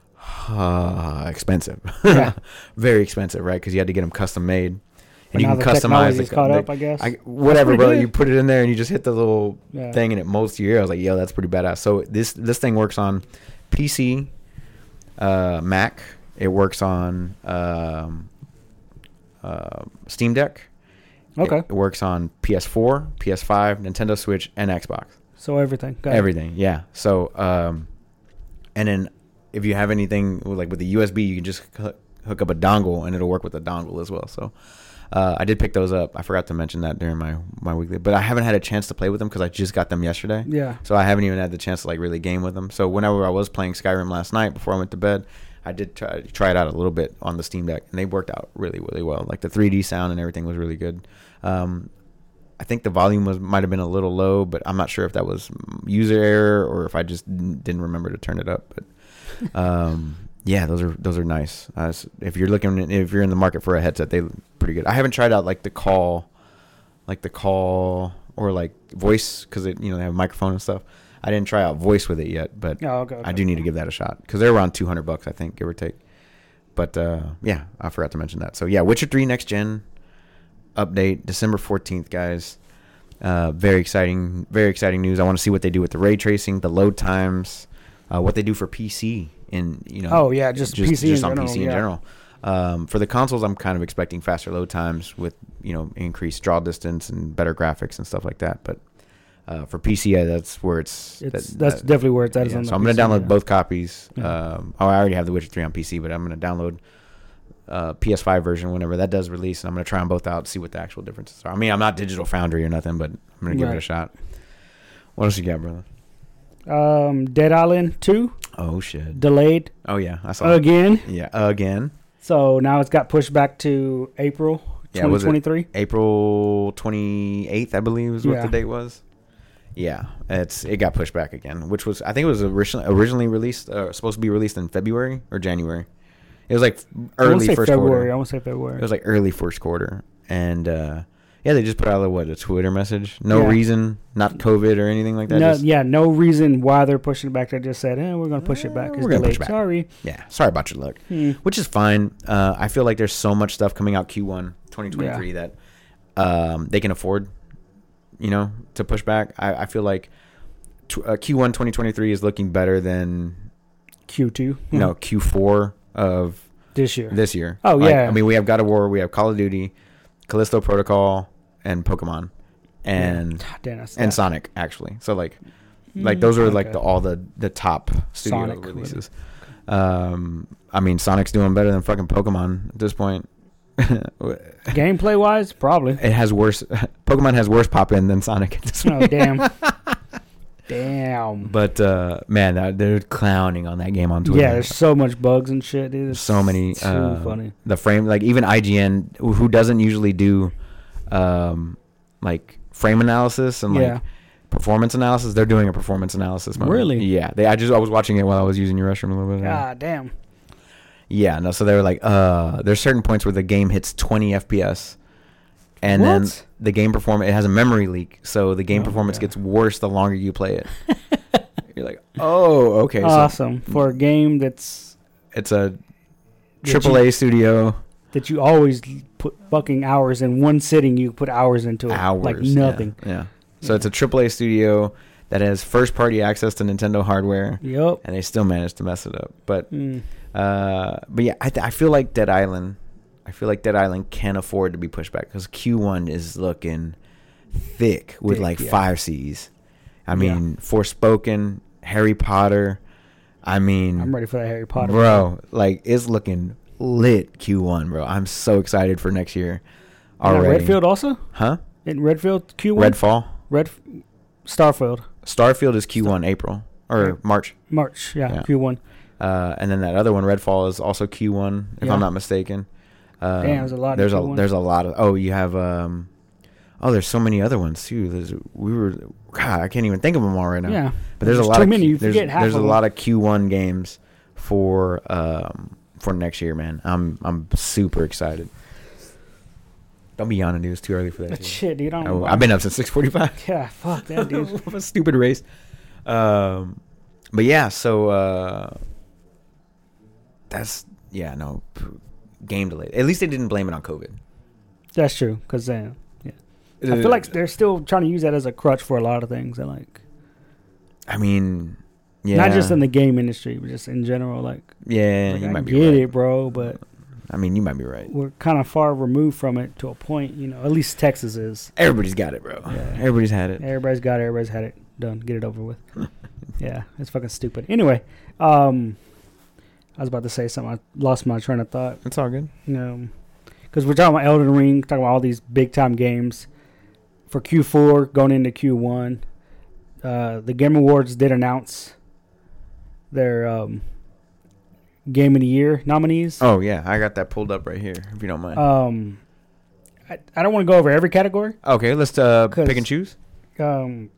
[SPEAKER 2] uh, expensive,
[SPEAKER 3] Yeah.
[SPEAKER 2] very expensive, right? Because you had to get them custom made.
[SPEAKER 3] But
[SPEAKER 2] And you
[SPEAKER 3] now
[SPEAKER 2] can
[SPEAKER 3] the
[SPEAKER 2] customize
[SPEAKER 3] technology's
[SPEAKER 2] the,
[SPEAKER 3] caught
[SPEAKER 2] the-
[SPEAKER 3] up, I guess.
[SPEAKER 2] I, whatever,
[SPEAKER 3] pretty
[SPEAKER 2] brother.
[SPEAKER 3] good.
[SPEAKER 2] You put it in there and you just hit the little
[SPEAKER 3] Yeah.
[SPEAKER 2] thing, and it molds to your ear. I was like, yo, that's pretty badass. So this this thing works on PC, uh, Mac. It works on um, uh, Steam Deck.
[SPEAKER 3] okay.
[SPEAKER 2] It, it works on PS4, PS5, Nintendo Switch, and Xbox.
[SPEAKER 3] so everything. Got it.
[SPEAKER 2] Everything, yeah. So, um, and then if you have anything with, like with the USB, you can just hoo- hook up a dongle and it'll work with the dongle as well. So, uh, I did pick those up. I forgot to mention that during my my weekly, but I haven't had a chance to play with them because I just got them yesterday.
[SPEAKER 3] Yeah.
[SPEAKER 2] So I haven't even had the chance to like really game with them. So whenever I was playing Skyrim last night before I went to bed, I did try, try it out a little bit on the Steam Deck, and they worked out really really well. Like the 3D sound and everything was really good. Um, I think the volume was might have been a little low, but I'm not sure if that was user error or if I just n- didn't remember to turn it up. But um, yeah, those are those are nice. Uh, s- if you're looking, if you're in the market for a headset, they look pretty good. I haven't tried out like the call, like the call or like voice because it you know they have a microphone and stuff. I didn't try out voice with it yet, but
[SPEAKER 3] Oh, okay,
[SPEAKER 2] I
[SPEAKER 3] okay.
[SPEAKER 2] do need to give that a shot because they're around 200 bucks, I think, give or take. But uh, yeah, I forgot to mention that. So yeah, Witcher 3 next gen update December 14th, guys. Uh, very exciting, very exciting news. I want to see what they do with the ray tracing, the load times, uh, what they do for PC, and you know.
[SPEAKER 3] Oh, yeah, just PC in
[SPEAKER 2] on
[SPEAKER 3] general,
[SPEAKER 2] PC in
[SPEAKER 3] yeah.
[SPEAKER 2] general. Um, for the consoles, I'm kind of expecting faster load times with you know increased draw distance and better graphics and stuff like that. But uh, for PC, yeah, that's where it's
[SPEAKER 3] It's
[SPEAKER 2] that-
[SPEAKER 3] that's
[SPEAKER 2] that-
[SPEAKER 3] definitely where it's at. is
[SPEAKER 2] yeah,
[SPEAKER 3] on
[SPEAKER 2] so
[SPEAKER 3] the
[SPEAKER 2] I'm gonna
[SPEAKER 3] PC,
[SPEAKER 2] download
[SPEAKER 3] yeah.
[SPEAKER 2] both copies.
[SPEAKER 3] Yeah.
[SPEAKER 2] Um, oh, I already have The Witcher 3 on PC, but I'm gonna download uh, PS5 version whenever that does release, and I'm gonna try them both out, see what the actual differences are. I mean, I'm not Digital Foundry or nothing, but I'm gonna give it a
[SPEAKER 3] Right.
[SPEAKER 2] shot. What else you got, brother?
[SPEAKER 3] Um, Dead Island Two
[SPEAKER 2] Oh shit.
[SPEAKER 3] delayed
[SPEAKER 2] Oh yeah, I saw. it.
[SPEAKER 3] again.
[SPEAKER 2] Yeah, again.
[SPEAKER 3] So now it's got pushed back to April
[SPEAKER 2] Yeah, was it-
[SPEAKER 3] 2023.
[SPEAKER 2] April 28th, I believe, is what
[SPEAKER 3] Yeah.
[SPEAKER 2] the date was. Yeah, it's it got pushed back again, which was I think it was originally originally released uh, supposed to be released in February or January. It was like
[SPEAKER 3] I want to
[SPEAKER 2] early
[SPEAKER 3] say
[SPEAKER 2] first
[SPEAKER 3] February.
[SPEAKER 2] quarter.
[SPEAKER 3] I want to say February.
[SPEAKER 2] It was like early first quarter, and uh, yeah, they just put out a, what a Twitter message. No
[SPEAKER 3] Yeah.
[SPEAKER 2] reason, not COVID or anything like that.
[SPEAKER 3] no,
[SPEAKER 2] just- yeah.
[SPEAKER 3] yeah, no reason why they're pushing it back. They just said, eh, we're going to push it
[SPEAKER 2] Eh,
[SPEAKER 3] back. It's
[SPEAKER 2] we're gonna
[SPEAKER 3] delayed.
[SPEAKER 2] push it back.
[SPEAKER 3] Sorry.
[SPEAKER 2] sorry about your luck,
[SPEAKER 3] Hmm.
[SPEAKER 2] which is fine. Uh, I feel like there's so much stuff coming out Q1 2023 that um, they can afford, you know, to push back. I, I feel like tw- uh, Q1 2023 is looking better than
[SPEAKER 3] Q2.
[SPEAKER 2] you know Q4 of
[SPEAKER 3] hmm, this year.
[SPEAKER 2] this year.
[SPEAKER 3] Oh,
[SPEAKER 2] Like,
[SPEAKER 3] yeah.
[SPEAKER 2] I mean, we have God of War, we have Call of Duty, Callisto Protocol, and Pokemon, and
[SPEAKER 3] God damn, that's
[SPEAKER 2] and
[SPEAKER 3] that.
[SPEAKER 2] Sonic actually. So like,
[SPEAKER 3] Mm,
[SPEAKER 2] like those are like
[SPEAKER 3] okay.
[SPEAKER 2] the all the the top studio
[SPEAKER 3] Sonic, really.
[SPEAKER 2] releases. Um, I mean, Sonic's doing better than fucking Pokemon at this point. it
[SPEAKER 3] gameplay wise, probably.
[SPEAKER 2] has worse. Pokemon has worse pop in than Sonic at this point.
[SPEAKER 3] oh damn, damn.
[SPEAKER 2] But uh, man, uh, they're clowning on that game on Twitter.
[SPEAKER 3] yeah, there's so much bugs and shit, dude. It's
[SPEAKER 2] so many
[SPEAKER 3] Too
[SPEAKER 2] uh,
[SPEAKER 3] funny.
[SPEAKER 2] the frame like even IGN who who doesn't usually do um like frame analysis and
[SPEAKER 3] Yeah.
[SPEAKER 2] like performance analysis they're doing a performance analysis moment.
[SPEAKER 3] Really?
[SPEAKER 2] yeah they I just I was watching it while I was using your restroom a little bit
[SPEAKER 3] God damn.
[SPEAKER 2] yeah no so they were like uh there's certain points where the game hits 20 FPS and then
[SPEAKER 3] What?
[SPEAKER 2] the game performance it has a memory leak so the game
[SPEAKER 3] Oh,
[SPEAKER 2] performance
[SPEAKER 3] yeah.
[SPEAKER 2] gets worse the longer you play it you're like oh okay so
[SPEAKER 3] awesome for a game that's
[SPEAKER 2] it's a
[SPEAKER 3] Did
[SPEAKER 2] triple A studio
[SPEAKER 3] that you always put fucking hours in one sitting. You put hours into it,
[SPEAKER 2] hours,
[SPEAKER 3] like
[SPEAKER 2] yeah,
[SPEAKER 3] nothing.
[SPEAKER 2] Yeah. So it's a AAA studio that has first-party access to Nintendo hardware,
[SPEAKER 3] Yep.
[SPEAKER 2] and they still managed to mess it up. But,
[SPEAKER 3] Mm.
[SPEAKER 2] uh, but yeah, I, th- I feel like Dead Island. I feel like Dead Island can afford to be pushed back because Q1 is looking thick with
[SPEAKER 3] Thick,
[SPEAKER 2] like
[SPEAKER 3] yeah.
[SPEAKER 2] five C's. I
[SPEAKER 3] Yeah.
[SPEAKER 2] mean, Forspoken, Harry Potter. I mean,
[SPEAKER 3] I'm ready for that Harry Potter,
[SPEAKER 2] Mm. bro. Like it's looking lit Q1, bro. I'm so excited for next year
[SPEAKER 3] Now,
[SPEAKER 2] already.
[SPEAKER 3] Redfield also
[SPEAKER 2] huh?
[SPEAKER 3] in Redfield Q1.
[SPEAKER 2] Redfall.
[SPEAKER 3] Red Starfield
[SPEAKER 2] Starfield is Q1 April or
[SPEAKER 3] Yeah.
[SPEAKER 2] March.
[SPEAKER 3] March. Yeah,
[SPEAKER 2] Yeah.
[SPEAKER 3] Q1.
[SPEAKER 2] Uh, and then that other one, Redfall, is also Q1, if
[SPEAKER 3] Yeah.
[SPEAKER 2] I'm not mistaken. Uh,
[SPEAKER 3] Damn, there's a lot of
[SPEAKER 2] There's a
[SPEAKER 3] Q1.
[SPEAKER 2] there's a lot of. Oh, you have um, oh, there's so many other ones too. There's we were God, I can't even think of them all right now.
[SPEAKER 3] Yeah.
[SPEAKER 2] but there's,
[SPEAKER 3] There's
[SPEAKER 2] a lot
[SPEAKER 3] too
[SPEAKER 2] of
[SPEAKER 3] many,
[SPEAKER 2] Q-
[SPEAKER 3] you
[SPEAKER 2] there's,
[SPEAKER 3] forget half
[SPEAKER 2] there's
[SPEAKER 3] of
[SPEAKER 2] a
[SPEAKER 3] them.
[SPEAKER 2] lot of Q1 games for um for next year, man. I'm I'm super excited. Don't be yawning, dude. It's too early for that. Shit.
[SPEAKER 3] Shit, dude. I don't
[SPEAKER 2] Oh, I, have been up since 6:45.
[SPEAKER 3] Yeah, fuck that, dude.
[SPEAKER 2] What a stupid race. Um, but yeah, so uh, that's yeah, no p- game delay. At least they didn't blame it on COVID.
[SPEAKER 3] That's true. Cause then, yeah, I feel like they're still trying to use that as a crutch for a lot of things. And like,
[SPEAKER 2] I mean, yeah,
[SPEAKER 3] not just in the game industry, but just in general. Like,
[SPEAKER 2] yeah,
[SPEAKER 3] like,
[SPEAKER 2] you
[SPEAKER 3] I
[SPEAKER 2] might
[SPEAKER 3] get
[SPEAKER 2] be right.
[SPEAKER 3] it, bro, but
[SPEAKER 2] I mean, you might be right.
[SPEAKER 3] we're kind of far removed from it to a point. You know, at least Texas is.
[SPEAKER 2] Everybody's got it, bro.
[SPEAKER 3] Yeah.
[SPEAKER 2] Everybody's had it.
[SPEAKER 3] Everybody's got it. Everybody's had it. Done. Get it over with. yeah, it's fucking stupid. Anyway, um, I was about to say something. I lost my train of thought.
[SPEAKER 2] It's all good.
[SPEAKER 3] Um, because we're talking about Elden Ring, talking about all these big time games for Q4 going into Q1. Uh, the Game Awards did announce their um, Game of the Year nominees.
[SPEAKER 2] Oh yeah, I got that pulled up right here. If you don't mind.
[SPEAKER 3] Um, I, I don't want to go over every category.
[SPEAKER 2] okay, let's uh,
[SPEAKER 3] 'cause-
[SPEAKER 2] pick and choose.
[SPEAKER 3] Um,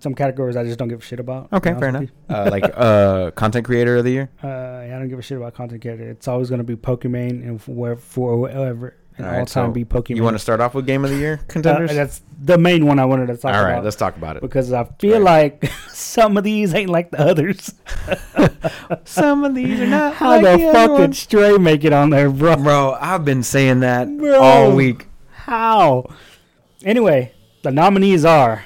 [SPEAKER 3] some categories I just don't give a shit about. to
[SPEAKER 2] Okay,
[SPEAKER 3] be
[SPEAKER 2] fair
[SPEAKER 3] honest
[SPEAKER 2] enough.
[SPEAKER 3] with
[SPEAKER 2] uh, like uh, content creator of the year.
[SPEAKER 3] you. Uh, yeah, I don't give a shit about content creator. It's always going to be Pokemon and where for whatever and all,
[SPEAKER 2] Alright,
[SPEAKER 3] time
[SPEAKER 2] so
[SPEAKER 3] be Pokemon. Uh,
[SPEAKER 2] You want to start off with game of the year contenders?
[SPEAKER 3] that's the main one I wanted to talk
[SPEAKER 2] all right,
[SPEAKER 3] about.
[SPEAKER 2] let's talk about it.
[SPEAKER 3] because I feel like some of these ain't like the others.
[SPEAKER 2] Some of these are not.
[SPEAKER 3] How the fuck did Stray make it on there, bro?
[SPEAKER 2] Bro, I've been saying that
[SPEAKER 3] Bro.
[SPEAKER 2] all week.
[SPEAKER 3] How? Anyway, the nominees are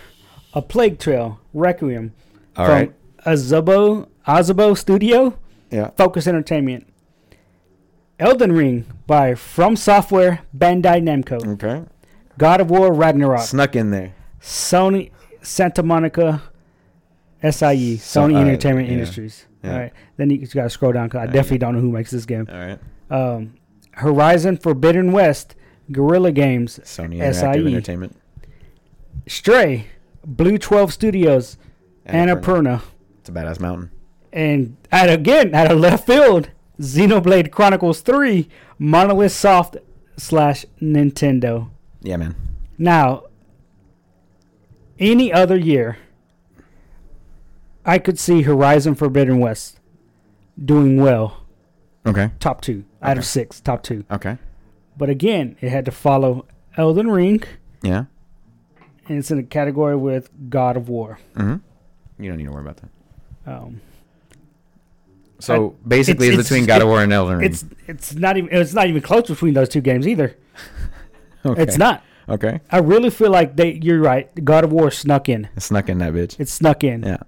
[SPEAKER 3] A Plague Trail, Requiem,
[SPEAKER 2] All right.
[SPEAKER 3] Azubo, Azubo Studio,
[SPEAKER 2] Yeah.
[SPEAKER 3] Focus Entertainment, Elden Ring by From Software, Bandai Namco,
[SPEAKER 2] Okay.
[SPEAKER 3] God of War Ragnarok,
[SPEAKER 2] Snuck in there.
[SPEAKER 3] Sony Santa Monica SIE,
[SPEAKER 2] So-
[SPEAKER 3] Sony
[SPEAKER 2] uh,
[SPEAKER 3] Entertainment
[SPEAKER 2] yeah,
[SPEAKER 3] Industries.
[SPEAKER 2] yeah.
[SPEAKER 3] All right. Then you, you got to scroll down because I definitely don't know who makes this game.
[SPEAKER 2] All right.
[SPEAKER 3] Um, Horizon Forbidden West, Guerrilla Games,
[SPEAKER 2] Sony
[SPEAKER 3] SIE.
[SPEAKER 2] Interactive Entertainment.
[SPEAKER 3] Stray, Blue 12 Studios, Annapurna.
[SPEAKER 2] It's a badass mountain.
[SPEAKER 3] And at, again, out of left field, Xenoblade Chronicles 3, Monolith Soft slash Nintendo.
[SPEAKER 2] Yeah, man.
[SPEAKER 3] Now, any other year, I could see Horizon Forbidden West doing well,
[SPEAKER 2] Okay.
[SPEAKER 3] top two out of six, top two.
[SPEAKER 2] Okay.
[SPEAKER 3] But again, it had to follow Elden Ring,
[SPEAKER 2] Yeah.
[SPEAKER 3] and it's in a category with God of War.
[SPEAKER 2] Mm-hmm. You don't need to worry about that.
[SPEAKER 3] Um,
[SPEAKER 2] So basically, it's,
[SPEAKER 3] it's-
[SPEAKER 2] between
[SPEAKER 3] it's-
[SPEAKER 2] God of War and Elden Ring.
[SPEAKER 3] it's it's not even it's not even close between those two games either.
[SPEAKER 2] okay.
[SPEAKER 3] It's not.
[SPEAKER 2] Okay.
[SPEAKER 3] I really feel like they. You're right. God of War snuck in.
[SPEAKER 2] It snuck in that bitch.
[SPEAKER 3] It snuck in.
[SPEAKER 2] yeah.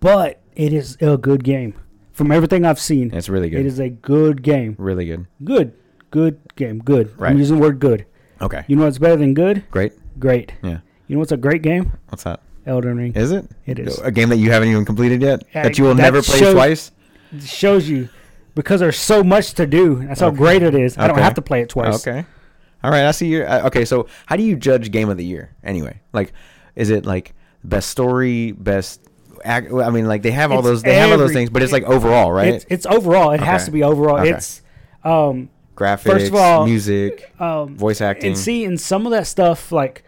[SPEAKER 3] But it is a good game. From everything I've seen,
[SPEAKER 2] It's really good.
[SPEAKER 3] it is a good game.
[SPEAKER 2] really good.
[SPEAKER 3] Good. Good game. Good.
[SPEAKER 2] Right.
[SPEAKER 3] I'm using the word good.
[SPEAKER 2] Okay.
[SPEAKER 3] You know what's better than good?
[SPEAKER 2] Great.
[SPEAKER 3] Great.
[SPEAKER 2] Yeah.
[SPEAKER 3] You know what's a great game?
[SPEAKER 2] What's that?
[SPEAKER 3] Elden Ring.
[SPEAKER 2] Is it?
[SPEAKER 3] It is.
[SPEAKER 2] A game that you haven't even completed yet?
[SPEAKER 3] Yeah,
[SPEAKER 2] that you will
[SPEAKER 3] that
[SPEAKER 2] never play
[SPEAKER 3] shows-
[SPEAKER 2] twice?
[SPEAKER 3] It shows you because there's so much to do. That's how great it is. I don't
[SPEAKER 2] Okay.
[SPEAKER 3] have to play it twice.
[SPEAKER 2] Okay. All right. I see your. Uh, okay. So, how do you judge game of the year anyway? Like, is it like best story, best. Act, I mean, like they have all
[SPEAKER 3] It's
[SPEAKER 2] those. They have all those
[SPEAKER 3] every-
[SPEAKER 2] things, but it's like overall, right?
[SPEAKER 3] It's, it's overall. It has
[SPEAKER 2] Okay.
[SPEAKER 3] to be overall.
[SPEAKER 2] Okay.
[SPEAKER 3] It's um
[SPEAKER 2] Graphics,
[SPEAKER 3] of all,
[SPEAKER 2] music,
[SPEAKER 3] um
[SPEAKER 2] voice acting.
[SPEAKER 3] and see in some of that stuff like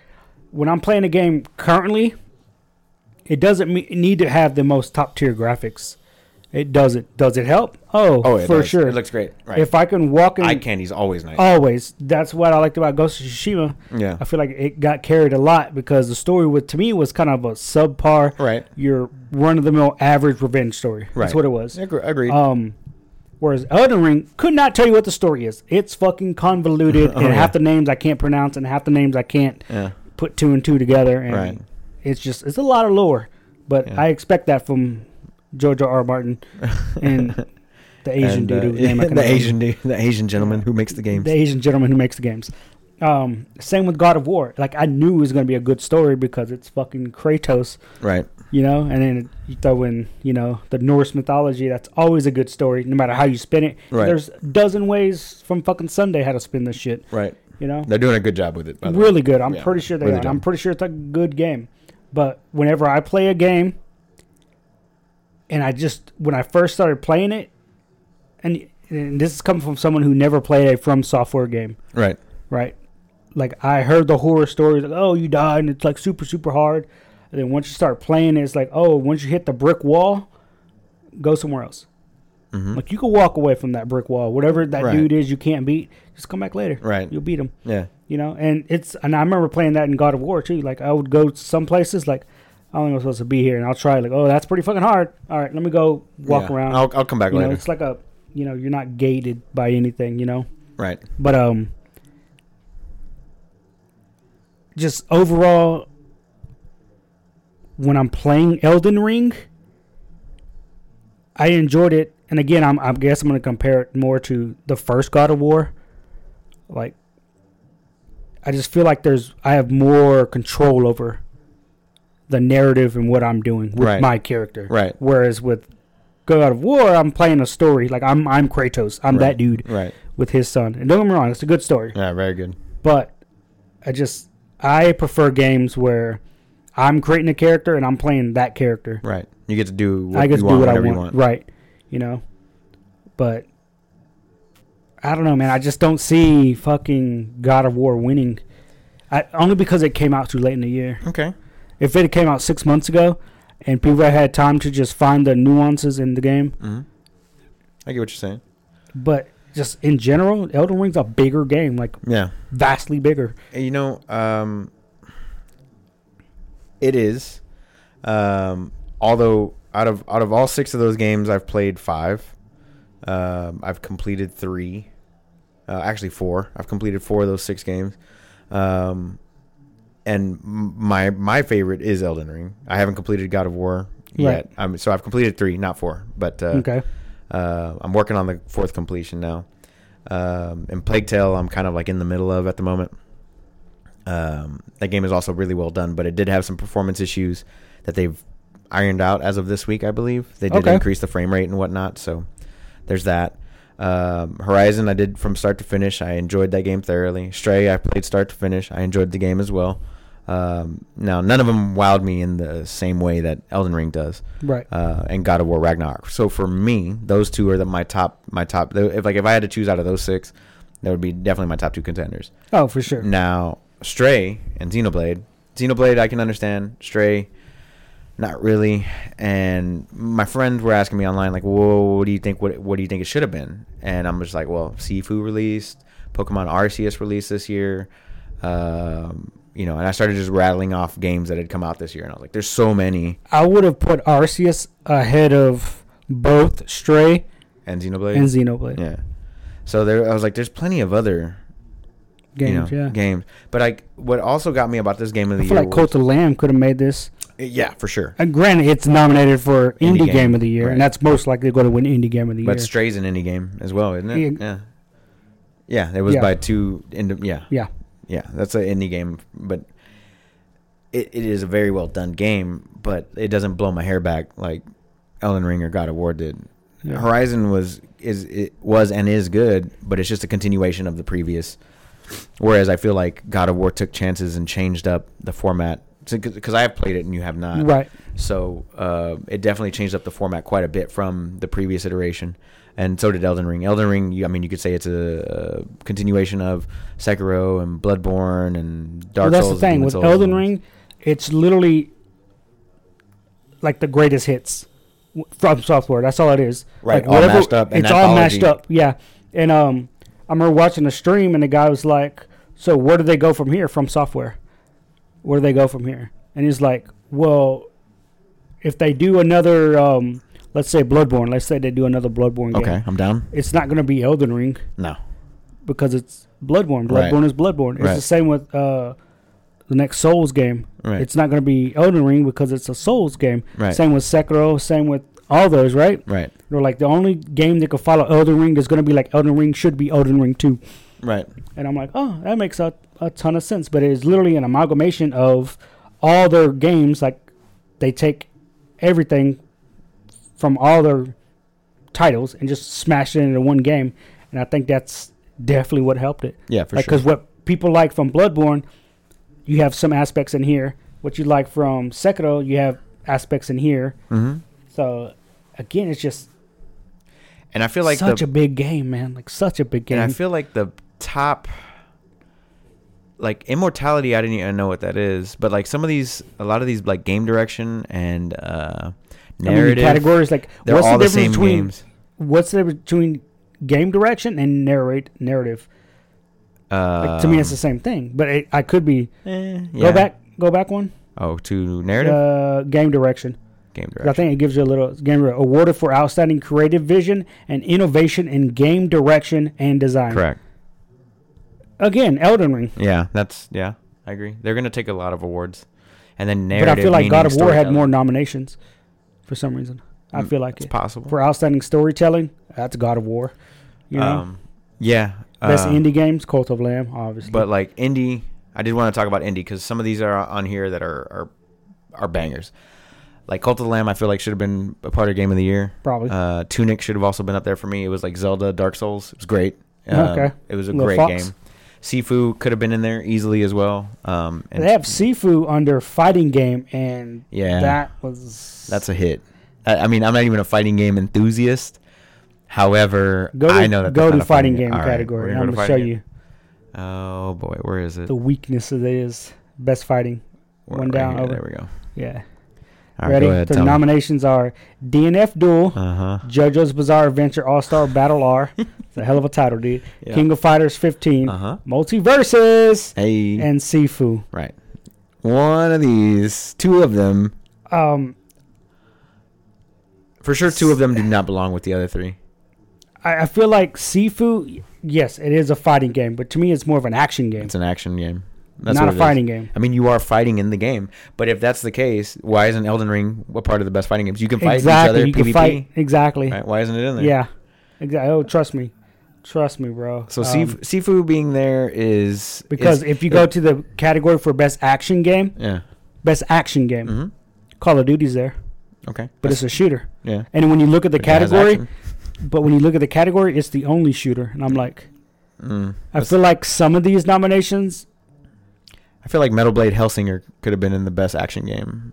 [SPEAKER 3] when I'm playing a game currently, it doesn't me- need to have the most top tier graphics. It doesn't. Does it help? Oh,
[SPEAKER 2] oh, it
[SPEAKER 3] for
[SPEAKER 2] does.
[SPEAKER 3] sure.
[SPEAKER 2] It looks great. Right.
[SPEAKER 3] if Oh, I can walk in
[SPEAKER 2] Eye candy's always nice.
[SPEAKER 3] always. That's what I liked about Ghost of Tsushima.
[SPEAKER 2] yeah.
[SPEAKER 3] I feel like it got carried a lot because the story was to me was kind of a subpar,
[SPEAKER 2] Right.
[SPEAKER 3] your run of the mill average revenge story. That's
[SPEAKER 2] Right.
[SPEAKER 3] what it was.
[SPEAKER 2] Agre- Agreed.
[SPEAKER 3] Um, whereas Elden Ring could not tell you what the story is. It's fucking convoluted, and
[SPEAKER 2] Oh, yeah.
[SPEAKER 3] half the names I can't pronounce, and half the names I can't
[SPEAKER 2] yeah.
[SPEAKER 3] put two and two together. And
[SPEAKER 2] Right.
[SPEAKER 3] it's just it's a lot of lore, but
[SPEAKER 2] Yeah.
[SPEAKER 3] I expect that from George R. R. Martin and the Asian
[SPEAKER 2] And, uh,
[SPEAKER 3] dude whose name I
[SPEAKER 2] the
[SPEAKER 3] cannot remember
[SPEAKER 2] Asian dude, the Asian gentleman who makes the games.
[SPEAKER 3] the Asian gentleman who makes the games. Um, same with God of War. Like I knew it was gonna be a good story because it's fucking Kratos,
[SPEAKER 2] right.
[SPEAKER 3] you know. And then you throw in, you know, the Norse mythology. That's always a good story, no matter how you spin it.
[SPEAKER 2] Right.
[SPEAKER 3] There's a dozen ways from fucking Sunday how to spin this shit,
[SPEAKER 2] Right.
[SPEAKER 3] you know.
[SPEAKER 2] They're doing a good job with it. By the way.
[SPEAKER 3] Really good. I'm
[SPEAKER 2] Yeah,
[SPEAKER 3] pretty sure they
[SPEAKER 2] really
[SPEAKER 3] are.
[SPEAKER 2] done.
[SPEAKER 3] I'm pretty sure it's a good game. But whenever I play a game, and I just when I first started playing it, and, and this is coming from someone who never played a From Software game
[SPEAKER 2] Right.
[SPEAKER 3] right? Like I heard the horror stories, like oh you died, and it's like super super hard. And then once you start playing, it, it's like oh once you hit the brick wall, go somewhere else.
[SPEAKER 2] Mhm.
[SPEAKER 3] Like you can walk away from that brick wall. Whatever that
[SPEAKER 2] Right.
[SPEAKER 3] dude is, you can't beat. Just come back later.
[SPEAKER 2] Right.
[SPEAKER 3] You'll beat him.
[SPEAKER 2] Yeah.
[SPEAKER 3] You know. And it's and I remember playing that in God of War too. Like I would go to some places like I don't think I'm supposed to be here, and I'll try like oh that's pretty fucking hard. All right, let me go walk
[SPEAKER 2] Yeah.
[SPEAKER 3] around.
[SPEAKER 2] I'll, I'll come back
[SPEAKER 3] you know,
[SPEAKER 2] later.
[SPEAKER 3] it's like a you know you're not gated by anything. You know.
[SPEAKER 2] Right.
[SPEAKER 3] But um, just overall, when I'm playing Elden Ring, I enjoyed it. And again, I'm I guess I'm gonna compare it more to the first God of War. Like, I just feel like there's I have more control over the narrative and what I'm doing with
[SPEAKER 2] Right.
[SPEAKER 3] my character.
[SPEAKER 2] Right.
[SPEAKER 3] Whereas with God of War, I'm playing a story. Like I'm I'm Kratos. I'm
[SPEAKER 2] Right.
[SPEAKER 3] that dude
[SPEAKER 2] Right.
[SPEAKER 3] with his son. And don't get me wrong, it's a good story.
[SPEAKER 2] Yeah. Very good.
[SPEAKER 3] But I just I prefer games where I'm creating a character and I'm playing that character.
[SPEAKER 2] Right. You get to do what
[SPEAKER 3] I get
[SPEAKER 2] you
[SPEAKER 3] to
[SPEAKER 2] want
[SPEAKER 3] do what I
[SPEAKER 2] whenever
[SPEAKER 3] want.
[SPEAKER 2] you want.
[SPEAKER 3] Right. You know? But I don't know, man. I just don't see fucking God of War winning. I, only because it came out too late in the year.
[SPEAKER 2] Okay.
[SPEAKER 3] If it came out six months ago and people had time to just find the nuances in the game,
[SPEAKER 2] hmm I get what you're saying.
[SPEAKER 3] but just in general, Elden Ring's a bigger game, like
[SPEAKER 2] Yeah.
[SPEAKER 3] vastly bigger.
[SPEAKER 2] You know, um, it is. Um, although out of out of all six of those games, I've played five. Um, I've completed three. Uh, actually, four. I've completed four of those six games. Um, and m- my my favorite is Elden Ring. I haven't completed God of War yet.
[SPEAKER 3] Right.
[SPEAKER 2] I'm, so I've completed three, not four. But uh,
[SPEAKER 3] Okay.
[SPEAKER 2] uh, I'm working on the fourth completion now. Um, and Plague Tale, I'm kind of like in the middle of at the moment. Um, that game is also really well done, but it did have some performance issues that they've ironed out as of this week, I believe. They did
[SPEAKER 3] Okay.
[SPEAKER 2] increase the frame rate and whatnot, so there's that. Um, Horizon, I did from start to finish. I enjoyed that game thoroughly. Stray, I played start to finish. I enjoyed the game as well. Um, now, none of them wowed me in the same way that Elden Ring does
[SPEAKER 3] Right.
[SPEAKER 2] uh, and God of War Ragnarok. So for me, those two are the, my top my top. If like if I had to choose out of those six, that would be definitely my top two contenders.
[SPEAKER 3] Oh, for sure.
[SPEAKER 2] Now Stray and Xenoblade. Xenoblade I can understand. Stray, not really. And my friends were asking me online like, "Whoa, what do you think? What what do you think it should have been?" And I'm just like, "Well, Sifu released, Pokemon Arceus released this year." Um, you know, and I started just rattling off games that had come out this year, and I was like, "There's so many."
[SPEAKER 3] I would have put Arceus ahead of both Stray
[SPEAKER 2] And Xenoblade.
[SPEAKER 3] and Xenoblade
[SPEAKER 2] Yeah. So there, I was like, there's plenty of other
[SPEAKER 3] games.
[SPEAKER 2] you know,
[SPEAKER 3] yeah.
[SPEAKER 2] games. But like, what also got me about this game of the
[SPEAKER 3] I feel
[SPEAKER 2] year?
[SPEAKER 3] like
[SPEAKER 2] was-
[SPEAKER 3] Cult of Lamb could have made this.
[SPEAKER 2] yeah, for sure.
[SPEAKER 3] And granted, it's nominated for
[SPEAKER 2] Indie
[SPEAKER 3] Indie,
[SPEAKER 2] game,
[SPEAKER 3] game, of the Year,
[SPEAKER 2] right.
[SPEAKER 3] and that's most likely going to win Indie Game of the Year.
[SPEAKER 2] But Stray's an indie game as well, isn't it? Yeah.
[SPEAKER 3] Yeah.
[SPEAKER 2] Yeah, it was
[SPEAKER 3] Yeah.
[SPEAKER 2] by two. Ind- yeah,
[SPEAKER 3] yeah,
[SPEAKER 2] yeah, that's an indie game, but it, it is a very well done game. But it doesn't blow my hair back like Elden Ring or God of War did.
[SPEAKER 3] Yeah.
[SPEAKER 2] Horizon was is it was and is good, but it's just a continuation of the previous. Whereas I feel like God of War took chances and changed up the format because I have played it and you have not,
[SPEAKER 3] right.
[SPEAKER 2] so uh, it definitely changed up the format quite a bit from the previous iteration, and so did Elden Ring. Elden Ring, you, I mean, you could say it's a, uh continuation of Sekiro and Bloodborne and
[SPEAKER 3] Well,
[SPEAKER 2] Dark
[SPEAKER 3] that's
[SPEAKER 2] Souls.
[SPEAKER 3] the thing
[SPEAKER 2] and Demon
[SPEAKER 3] with
[SPEAKER 2] Souls
[SPEAKER 3] Elden
[SPEAKER 2] and-
[SPEAKER 3] Ring. It's literally like the greatest hits w- from software. That's all it is.
[SPEAKER 2] Right,
[SPEAKER 3] Like,
[SPEAKER 2] all mashed up, and
[SPEAKER 3] it's
[SPEAKER 2] that's
[SPEAKER 3] all
[SPEAKER 2] all
[SPEAKER 3] mashed
[SPEAKER 2] the-
[SPEAKER 3] up. Yeah, and um, I remember watching a stream, and the guy was like, "So where do they go from here? From software? Where do they go from here?" And he's like, "Well, if they do another, um, let's say Bloodborne. Let's say they do another Bloodborne game.
[SPEAKER 2] Okay, I'm down.
[SPEAKER 3] It's not going to be Elden Ring."
[SPEAKER 2] No,
[SPEAKER 3] because it's Bloodborne.
[SPEAKER 2] Right.
[SPEAKER 3] Bloodborne is Bloodborne. It's
[SPEAKER 2] Right.
[SPEAKER 3] the same with uh, the next Souls game.
[SPEAKER 2] Right.
[SPEAKER 3] It's not going to be Elden Ring because it's a Souls game.
[SPEAKER 2] Right.
[SPEAKER 3] Same with Sekiro. Same with all those. Right.
[SPEAKER 2] right,
[SPEAKER 3] They're like the only game that could follow Elden Ring is going to be like Elden Ring should be Elden Ring two.
[SPEAKER 2] right,
[SPEAKER 3] And I'm like, oh, that makes a, a ton of sense. But it is literally an amalgamation of all their games. Like they take everything from all their titles and just smash it into one game. And I think that's definitely what helped it
[SPEAKER 2] yeah, for
[SPEAKER 3] like
[SPEAKER 2] sure.
[SPEAKER 3] because what people like from Bloodborne, you have some aspects in here. What you like from Sekiro, you have aspects in here.
[SPEAKER 2] hmm
[SPEAKER 3] So again, it's just
[SPEAKER 2] And I feel like
[SPEAKER 3] such
[SPEAKER 2] the
[SPEAKER 3] a big game, man. Like such a big game.
[SPEAKER 2] and I feel like the top, like immortality. I didn't even know what that is, but like some of these, a lot of these, like game direction and uh,
[SPEAKER 3] I mean, the
[SPEAKER 2] narrative.
[SPEAKER 3] categories like
[SPEAKER 2] they're
[SPEAKER 3] what's
[SPEAKER 2] all
[SPEAKER 3] the
[SPEAKER 2] the
[SPEAKER 3] difference
[SPEAKER 2] same
[SPEAKER 3] between
[SPEAKER 2] games.
[SPEAKER 3] what's the difference between game direction and narrate narrative?
[SPEAKER 2] Uh,
[SPEAKER 3] Like, to me, it's the same thing. But it, I could be
[SPEAKER 2] eh, yeah.
[SPEAKER 3] go back, go back one.
[SPEAKER 2] Oh, to narrative
[SPEAKER 3] Uh, game direction.
[SPEAKER 2] game
[SPEAKER 3] 'Cause I
[SPEAKER 2] direction.
[SPEAKER 3] think it gives you a little game direction. awarded for outstanding creative vision and innovation in game direction and design.
[SPEAKER 2] Correct.
[SPEAKER 3] Again, Elden Ring.
[SPEAKER 2] Yeah, that's yeah. I agree. They're gonna take a lot of awards, and then
[SPEAKER 3] But
[SPEAKER 2] narrative.
[SPEAKER 3] I feel like God of
[SPEAKER 2] meaning
[SPEAKER 3] War had
[SPEAKER 2] storytelling.
[SPEAKER 3] more nominations for some reason. I
[SPEAKER 2] Mm,
[SPEAKER 3] feel like
[SPEAKER 2] It's
[SPEAKER 3] it.
[SPEAKER 2] possible.
[SPEAKER 3] for outstanding storytelling, that's God of War. You know,
[SPEAKER 2] Um, yeah.
[SPEAKER 3] best
[SPEAKER 2] uh,
[SPEAKER 3] indie games, Cult of Lamb, obviously.
[SPEAKER 2] But like indie, I did want to talk about indie because some of these are on here that are are, are bangers. Like Cult of the Lamb, I feel like should have been a part of Game of the Year.
[SPEAKER 3] probably
[SPEAKER 2] Uh, Tunic should have also been up there for me. It was like Zelda, Dark Souls. It was great. Um,
[SPEAKER 3] Okay.
[SPEAKER 2] It was a
[SPEAKER 3] Little
[SPEAKER 2] great
[SPEAKER 3] Fox.
[SPEAKER 2] game. Sifu could have been in there easily as well. Um, and
[SPEAKER 3] they have Sifu under fighting game, and
[SPEAKER 2] yeah,
[SPEAKER 3] that was
[SPEAKER 2] that's a hit. I, I mean, I'm not even a fighting game enthusiast. However,
[SPEAKER 3] go to,
[SPEAKER 2] I know that
[SPEAKER 3] go
[SPEAKER 2] that's
[SPEAKER 3] to
[SPEAKER 2] not a
[SPEAKER 3] fighting game
[SPEAKER 2] All right, we're
[SPEAKER 3] category. and
[SPEAKER 2] go
[SPEAKER 3] I'm
[SPEAKER 2] to
[SPEAKER 3] gonna show
[SPEAKER 2] fighting
[SPEAKER 3] you
[SPEAKER 2] game. Oh boy, where is it?
[SPEAKER 3] the weakness of it is best fighting.
[SPEAKER 2] We're
[SPEAKER 3] one
[SPEAKER 2] right
[SPEAKER 3] down,
[SPEAKER 2] here.
[SPEAKER 3] over.
[SPEAKER 2] There we go.
[SPEAKER 3] Yeah,
[SPEAKER 2] All right,
[SPEAKER 3] ready.
[SPEAKER 2] go ahead.
[SPEAKER 3] the
[SPEAKER 2] tell me.
[SPEAKER 3] nominations are DNF Duel,
[SPEAKER 2] Uh huh.
[SPEAKER 3] JoJo's Bizarre Adventure All Star Battle R. It's a hell of a title, dude.
[SPEAKER 2] Yeah.
[SPEAKER 3] King of Fighters 15,
[SPEAKER 2] Uh huh.
[SPEAKER 3] Multiverses,
[SPEAKER 2] Hey.
[SPEAKER 3] and Sifu.
[SPEAKER 2] right. One of these, two of them,
[SPEAKER 3] Um,
[SPEAKER 2] for sure. Two of them do not belong with the other three.
[SPEAKER 3] I, I feel like Sifu. Yes, it is a fighting game, but to me, it's more of an action game,
[SPEAKER 2] It's an action game.
[SPEAKER 3] not
[SPEAKER 2] what
[SPEAKER 3] a
[SPEAKER 2] it is.
[SPEAKER 3] fighting game.
[SPEAKER 2] I mean, you are fighting in the game, but if that's the case, why isn't Elden Ring a part of the best fighting games? You can fight
[SPEAKER 3] Exactly, you
[SPEAKER 2] each other
[SPEAKER 3] can
[SPEAKER 2] PvP.
[SPEAKER 3] fight. Exactly.
[SPEAKER 2] Right? Why isn't it in there?
[SPEAKER 3] Yeah. Exactly. Oh, trust me, trust me, bro.
[SPEAKER 2] So
[SPEAKER 3] Um,
[SPEAKER 2] Sif- Sifu being there is
[SPEAKER 3] because
[SPEAKER 2] is-
[SPEAKER 3] if you go to the category for best action game,
[SPEAKER 2] yeah.
[SPEAKER 3] best action game,
[SPEAKER 2] hmm
[SPEAKER 3] Call of Duty's there,
[SPEAKER 2] Okay.
[SPEAKER 3] but it's a shooter.
[SPEAKER 2] yeah.
[SPEAKER 3] And when you look at the
[SPEAKER 2] But it has
[SPEAKER 3] category,
[SPEAKER 2] action.
[SPEAKER 3] but when you look at the category, it's the only shooter, and I'm like,
[SPEAKER 2] Mm.
[SPEAKER 3] I feel like some of these nominations
[SPEAKER 2] I feel like Metal Blade Hellsinger could have been in the best action game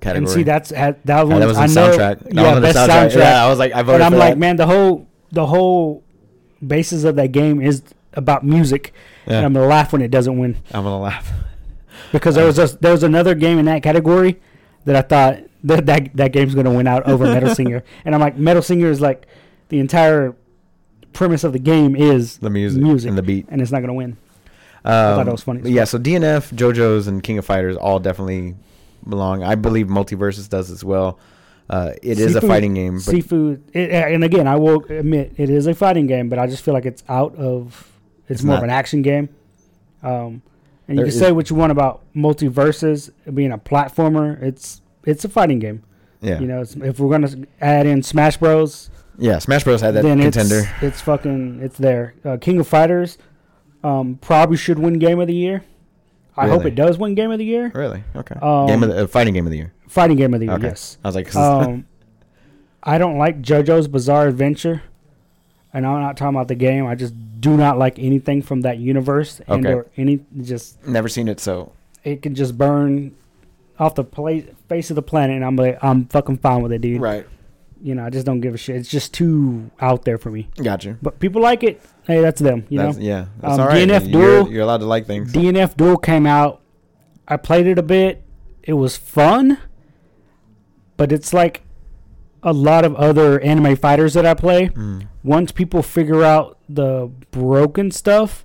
[SPEAKER 2] category.
[SPEAKER 3] And see, that's had- that
[SPEAKER 2] Yeah,
[SPEAKER 3] one.
[SPEAKER 2] that was
[SPEAKER 3] I
[SPEAKER 2] in
[SPEAKER 3] know,
[SPEAKER 2] soundtrack. That
[SPEAKER 3] Yeah,
[SPEAKER 2] was in
[SPEAKER 3] best
[SPEAKER 2] soundtrack.
[SPEAKER 3] soundtrack.
[SPEAKER 2] Yeah, I was like, I voted
[SPEAKER 3] But I'm
[SPEAKER 2] for
[SPEAKER 3] like,
[SPEAKER 2] that.
[SPEAKER 3] man, the whole the whole basis of that game is about music,
[SPEAKER 2] Yeah,
[SPEAKER 3] and I'm
[SPEAKER 2] I'm,
[SPEAKER 3] gonna laugh when it doesn't win
[SPEAKER 2] gonna laugh.
[SPEAKER 3] because there was a, there was another game in that category that I thought that that, that game's gonna win out over Metal Singer, and I'm like, Metal Singer is like the entire premise of the game is,
[SPEAKER 2] The music,
[SPEAKER 3] Music.
[SPEAKER 2] and the beat.
[SPEAKER 3] and it's not gonna win.
[SPEAKER 2] Um,
[SPEAKER 3] thought that was funny.
[SPEAKER 2] but Yeah, so DNF, JoJo's, and King of Fighters all definitely belong. I believe Multiverses does as well. Uh, it is a
[SPEAKER 3] Seafood-
[SPEAKER 2] fighting game, but
[SPEAKER 3] Seafood, it, and again, I will admit it is a fighting game, but I just feel like it's out of. It's,
[SPEAKER 2] It's
[SPEAKER 3] more
[SPEAKER 2] not.
[SPEAKER 3] of an action game, um,
[SPEAKER 2] There
[SPEAKER 3] and you can
[SPEAKER 2] is-
[SPEAKER 3] say what you want about multiverses being a platformer. It's it's a fighting game.
[SPEAKER 2] yeah,
[SPEAKER 3] You know, it's, if we're gonna add in Smash Bros,
[SPEAKER 2] yeah. Smash Bros had that
[SPEAKER 3] then
[SPEAKER 2] contender.
[SPEAKER 3] it's it's fucking it's there. Uh, King of Fighters um, probably should win Game of the Year. I hope
[SPEAKER 2] Really?
[SPEAKER 3] it does win Game of the Year.
[SPEAKER 2] Really? Okay.
[SPEAKER 3] Um,
[SPEAKER 2] game of the uh, fighting game of the year.
[SPEAKER 3] Fighting Game of the Year,
[SPEAKER 2] Okay.
[SPEAKER 3] yes.
[SPEAKER 2] I was like, 'cause it's-
[SPEAKER 3] um, I don't like JoJo's Bizarre Adventure, and I'm not talking about the game. I just do not like anything from that universe, and
[SPEAKER 2] Okay.
[SPEAKER 3] or any just
[SPEAKER 2] never seen it, so
[SPEAKER 3] it can just burn off the pla face of the planet, and I'm like, I'm fucking fine with it, dude.
[SPEAKER 2] right.
[SPEAKER 3] You know, I just don't give a shit. It's just too out there for me.
[SPEAKER 2] Gotcha.
[SPEAKER 3] But people like it. Hey, that's them. You
[SPEAKER 2] That's,
[SPEAKER 3] know,
[SPEAKER 2] yeah, that's
[SPEAKER 3] Um,
[SPEAKER 2] all right.
[SPEAKER 3] DNF
[SPEAKER 2] you're,
[SPEAKER 3] Duel-
[SPEAKER 2] you're allowed to like things.
[SPEAKER 3] DNF Duel came out. I played it a bit. It was fun, but it's like a lot of other anime fighters that I play.
[SPEAKER 2] Mm.
[SPEAKER 3] once people figure out the broken stuff,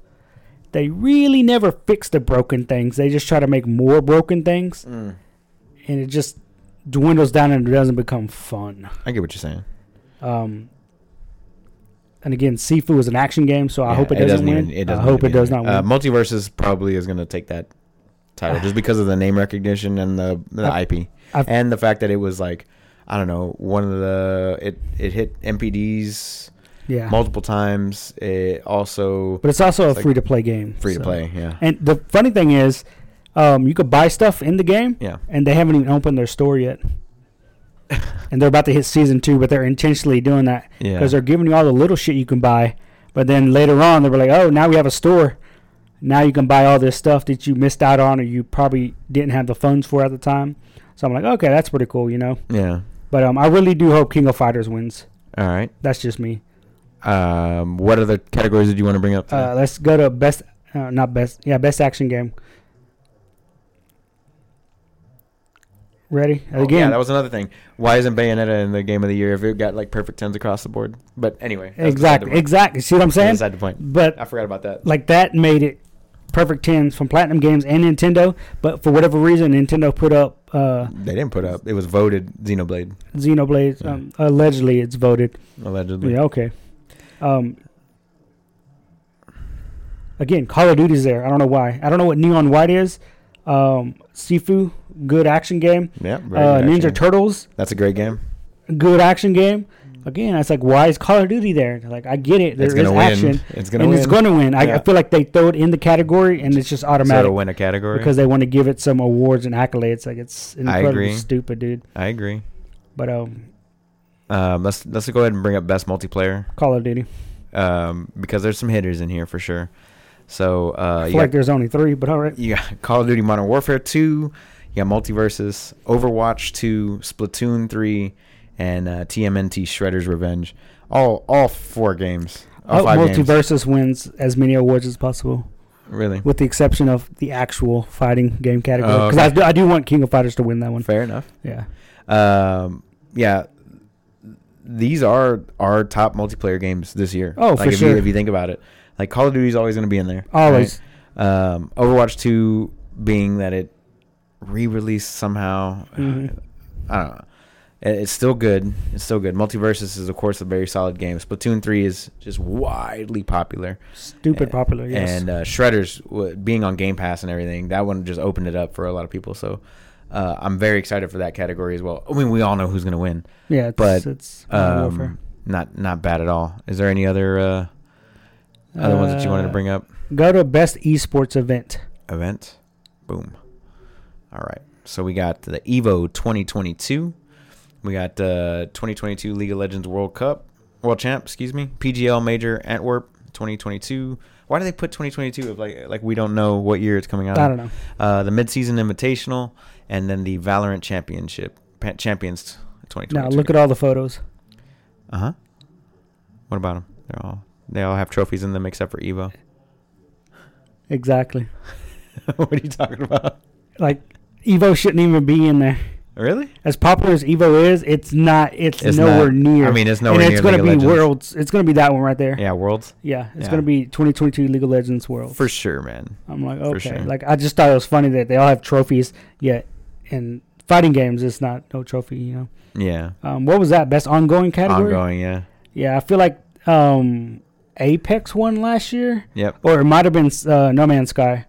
[SPEAKER 3] they really never fix the broken things. They just try to make more broken things,
[SPEAKER 2] Mm.
[SPEAKER 3] and it just dwindles down and it doesn't become fun.
[SPEAKER 2] I get what you're saying.
[SPEAKER 3] Um, and again, Sifu is an action game, so I
[SPEAKER 2] Yeah,
[SPEAKER 3] hope it doesn't, win.
[SPEAKER 2] even- it doesn't
[SPEAKER 3] I hope
[SPEAKER 2] need
[SPEAKER 3] it
[SPEAKER 2] to be
[SPEAKER 3] does
[SPEAKER 2] in
[SPEAKER 3] not win.
[SPEAKER 2] there. Uh, Multiverses probably is going to take that title just because of the name recognition and the the
[SPEAKER 3] I've-
[SPEAKER 2] IP
[SPEAKER 3] I've-
[SPEAKER 2] and the fact that it was like I don't know one of the it it hit MPDs
[SPEAKER 3] yeah,
[SPEAKER 2] multiple times. It also
[SPEAKER 3] but it's also
[SPEAKER 2] it's
[SPEAKER 3] a
[SPEAKER 2] like
[SPEAKER 3] free to play game.
[SPEAKER 2] free to
[SPEAKER 3] so-
[SPEAKER 2] play. Yeah,
[SPEAKER 3] And the funny thing is, um, you could buy stuff in the game,
[SPEAKER 2] yeah.
[SPEAKER 3] and they haven't even opened their store yet. and they're about to hit season two, but they're intentionally doing that
[SPEAKER 2] Yeah.
[SPEAKER 3] because they're giving you all the little shit you can buy. But then later on, they were like, "Oh, now we have a store. Now you can buy all this stuff that you missed out on, or you probably didn't have the funds for at the time." So I'm like, "Okay, that's pretty cool," you know.
[SPEAKER 2] yeah.
[SPEAKER 3] But um, I really do hope King of Fighters wins.
[SPEAKER 2] All right.
[SPEAKER 3] That's just me.
[SPEAKER 2] Um, what other categories did you want to bring up?
[SPEAKER 3] Uh,
[SPEAKER 2] today?
[SPEAKER 3] let's go to best, uh, not best, yeah, best action game. Ready
[SPEAKER 2] Oh, yeah,
[SPEAKER 3] again?
[SPEAKER 2] that was another thing. Why isn't Bayonetta in the game of the year if it got like perfect tens across the board? But anyway, that's
[SPEAKER 3] exactly,
[SPEAKER 2] beside the point.
[SPEAKER 3] exactly. See what I'm
[SPEAKER 2] That's
[SPEAKER 3] saying?
[SPEAKER 2] beside the point.
[SPEAKER 3] But
[SPEAKER 2] I forgot about that.
[SPEAKER 3] like that made it perfect tens from Platinum Games and Nintendo. But for whatever reason, Nintendo put up uh,
[SPEAKER 2] They didn't put up. It was voted Xenoblade
[SPEAKER 3] Xenoblade. Um, allegedly, it's voted.
[SPEAKER 2] allegedly.
[SPEAKER 3] Yeah, okay. Um, again, Call of Duty's there. I don't know why. I don't know what Neon White is. Um, Sifu, good action game.
[SPEAKER 2] Yeah, very
[SPEAKER 3] Uh,
[SPEAKER 2] good action.
[SPEAKER 3] Ninja Turtles,
[SPEAKER 2] That's a great game.
[SPEAKER 3] good action game. Again, it's like why is Call of Duty there? Like I get it, there
[SPEAKER 2] it's
[SPEAKER 3] is
[SPEAKER 2] gonna win.
[SPEAKER 3] action,
[SPEAKER 2] It's gonna
[SPEAKER 3] and
[SPEAKER 2] win.
[SPEAKER 3] it's going to win. I,
[SPEAKER 2] Yeah.
[SPEAKER 3] I feel like they throw it in the category, and it's just
[SPEAKER 2] so
[SPEAKER 3] automatic
[SPEAKER 2] to win a category.
[SPEAKER 3] because they want to give it some awards and accolades. Like it's incredibly
[SPEAKER 2] agree.
[SPEAKER 3] stupid, dude.
[SPEAKER 2] I agree.
[SPEAKER 3] But um,
[SPEAKER 2] Um, let's let's go ahead and bring up best multiplayer
[SPEAKER 3] Call of Duty.
[SPEAKER 2] um, because there's some hitters in here for sure. So uh,
[SPEAKER 3] I
[SPEAKER 2] you,
[SPEAKER 3] feel like
[SPEAKER 2] got,
[SPEAKER 3] there's only three, but all right.
[SPEAKER 2] you got Call of Duty Modern Warfare two, you got Multiverses, Overwatch two, Splatoon three, and uh, TMNT Shredder's Revenge. All all four games. All
[SPEAKER 3] Oh,
[SPEAKER 2] five games.
[SPEAKER 3] Multiversus wins as many awards as possible,
[SPEAKER 2] Really.
[SPEAKER 3] with the exception of the actual fighting game category.
[SPEAKER 2] Oh,
[SPEAKER 3] Because I, do, I do want King of Fighters to win that one.
[SPEAKER 2] Fair enough.
[SPEAKER 3] Yeah.
[SPEAKER 2] Um, yeah, these are our top multiplayer games this year.
[SPEAKER 3] Oh,
[SPEAKER 2] like
[SPEAKER 3] for
[SPEAKER 2] if You,
[SPEAKER 3] sure.
[SPEAKER 2] if you think about it, like Call of Duty's always going to be in there.
[SPEAKER 3] Always.
[SPEAKER 2] right? Um, Overwatch Two being that it re-released somehow.
[SPEAKER 3] Mhm.
[SPEAKER 2] I don't know. It- It's still good. It's still good. Multiversus is, of course, a very solid game. Splatoon 3 is just widely popular.
[SPEAKER 3] Stupid
[SPEAKER 2] A-
[SPEAKER 3] popular, yes.
[SPEAKER 2] And uh, Shredder's w- being on Game Pass and everything, that one just opened it up for a lot of people. So uh, I'm very excited for that category as well. I mean, we all know who's going to win.
[SPEAKER 3] yeah, it's,
[SPEAKER 2] but,
[SPEAKER 3] it's Modern Warfare.
[SPEAKER 2] Um, not not bad at all. Is there any other uh, other ones that you wanted to
[SPEAKER 3] Uh,
[SPEAKER 2] bring up?
[SPEAKER 3] Go to best esports event.
[SPEAKER 2] Event, boom. All right. So we got the Evo 2022. We got uh, 2022 League of Legends World Cup, World Champ, excuse me, PGL Major Antwerp 2022. Why do they put 2022 if like like we don't know what year it's coming out?
[SPEAKER 3] I don't know.
[SPEAKER 2] Uh, the midseason Invitational, and then the Valorant Championship pa- Champions 2022.
[SPEAKER 3] Now look at all the photos.
[SPEAKER 2] Uh huh. What about them? They're all they all have trophies in them except for Evo.
[SPEAKER 3] Exactly.
[SPEAKER 2] what are you talking about?
[SPEAKER 3] Like Evo shouldn't even be in there.
[SPEAKER 2] Really?
[SPEAKER 3] As popular as Evo is, it's not. It's,
[SPEAKER 2] It's
[SPEAKER 3] nowhere
[SPEAKER 2] not.
[SPEAKER 3] near.
[SPEAKER 2] I mean, it's nowhere
[SPEAKER 3] and
[SPEAKER 2] near
[SPEAKER 3] it's gonna
[SPEAKER 2] League of Legends.
[SPEAKER 3] be worlds. It's gonna be that one right there. Yeah,
[SPEAKER 2] Yeah, Worlds
[SPEAKER 3] it's
[SPEAKER 2] Yeah.
[SPEAKER 3] gonna be 2022 League of Legends World.
[SPEAKER 2] for sure, man.
[SPEAKER 3] I'm like,
[SPEAKER 2] for
[SPEAKER 3] okay.
[SPEAKER 2] sure.
[SPEAKER 3] Like I just thought it was funny that they all have trophies. Yet in fighting games, it's not no trophy. You know.
[SPEAKER 2] Yeah,
[SPEAKER 3] Um, what was that best ongoing category?
[SPEAKER 2] ongoing. Yeah,
[SPEAKER 3] Yeah, I feel like um, Apex won last year,
[SPEAKER 2] yep,
[SPEAKER 3] or it might have been uh, No Man's Sky.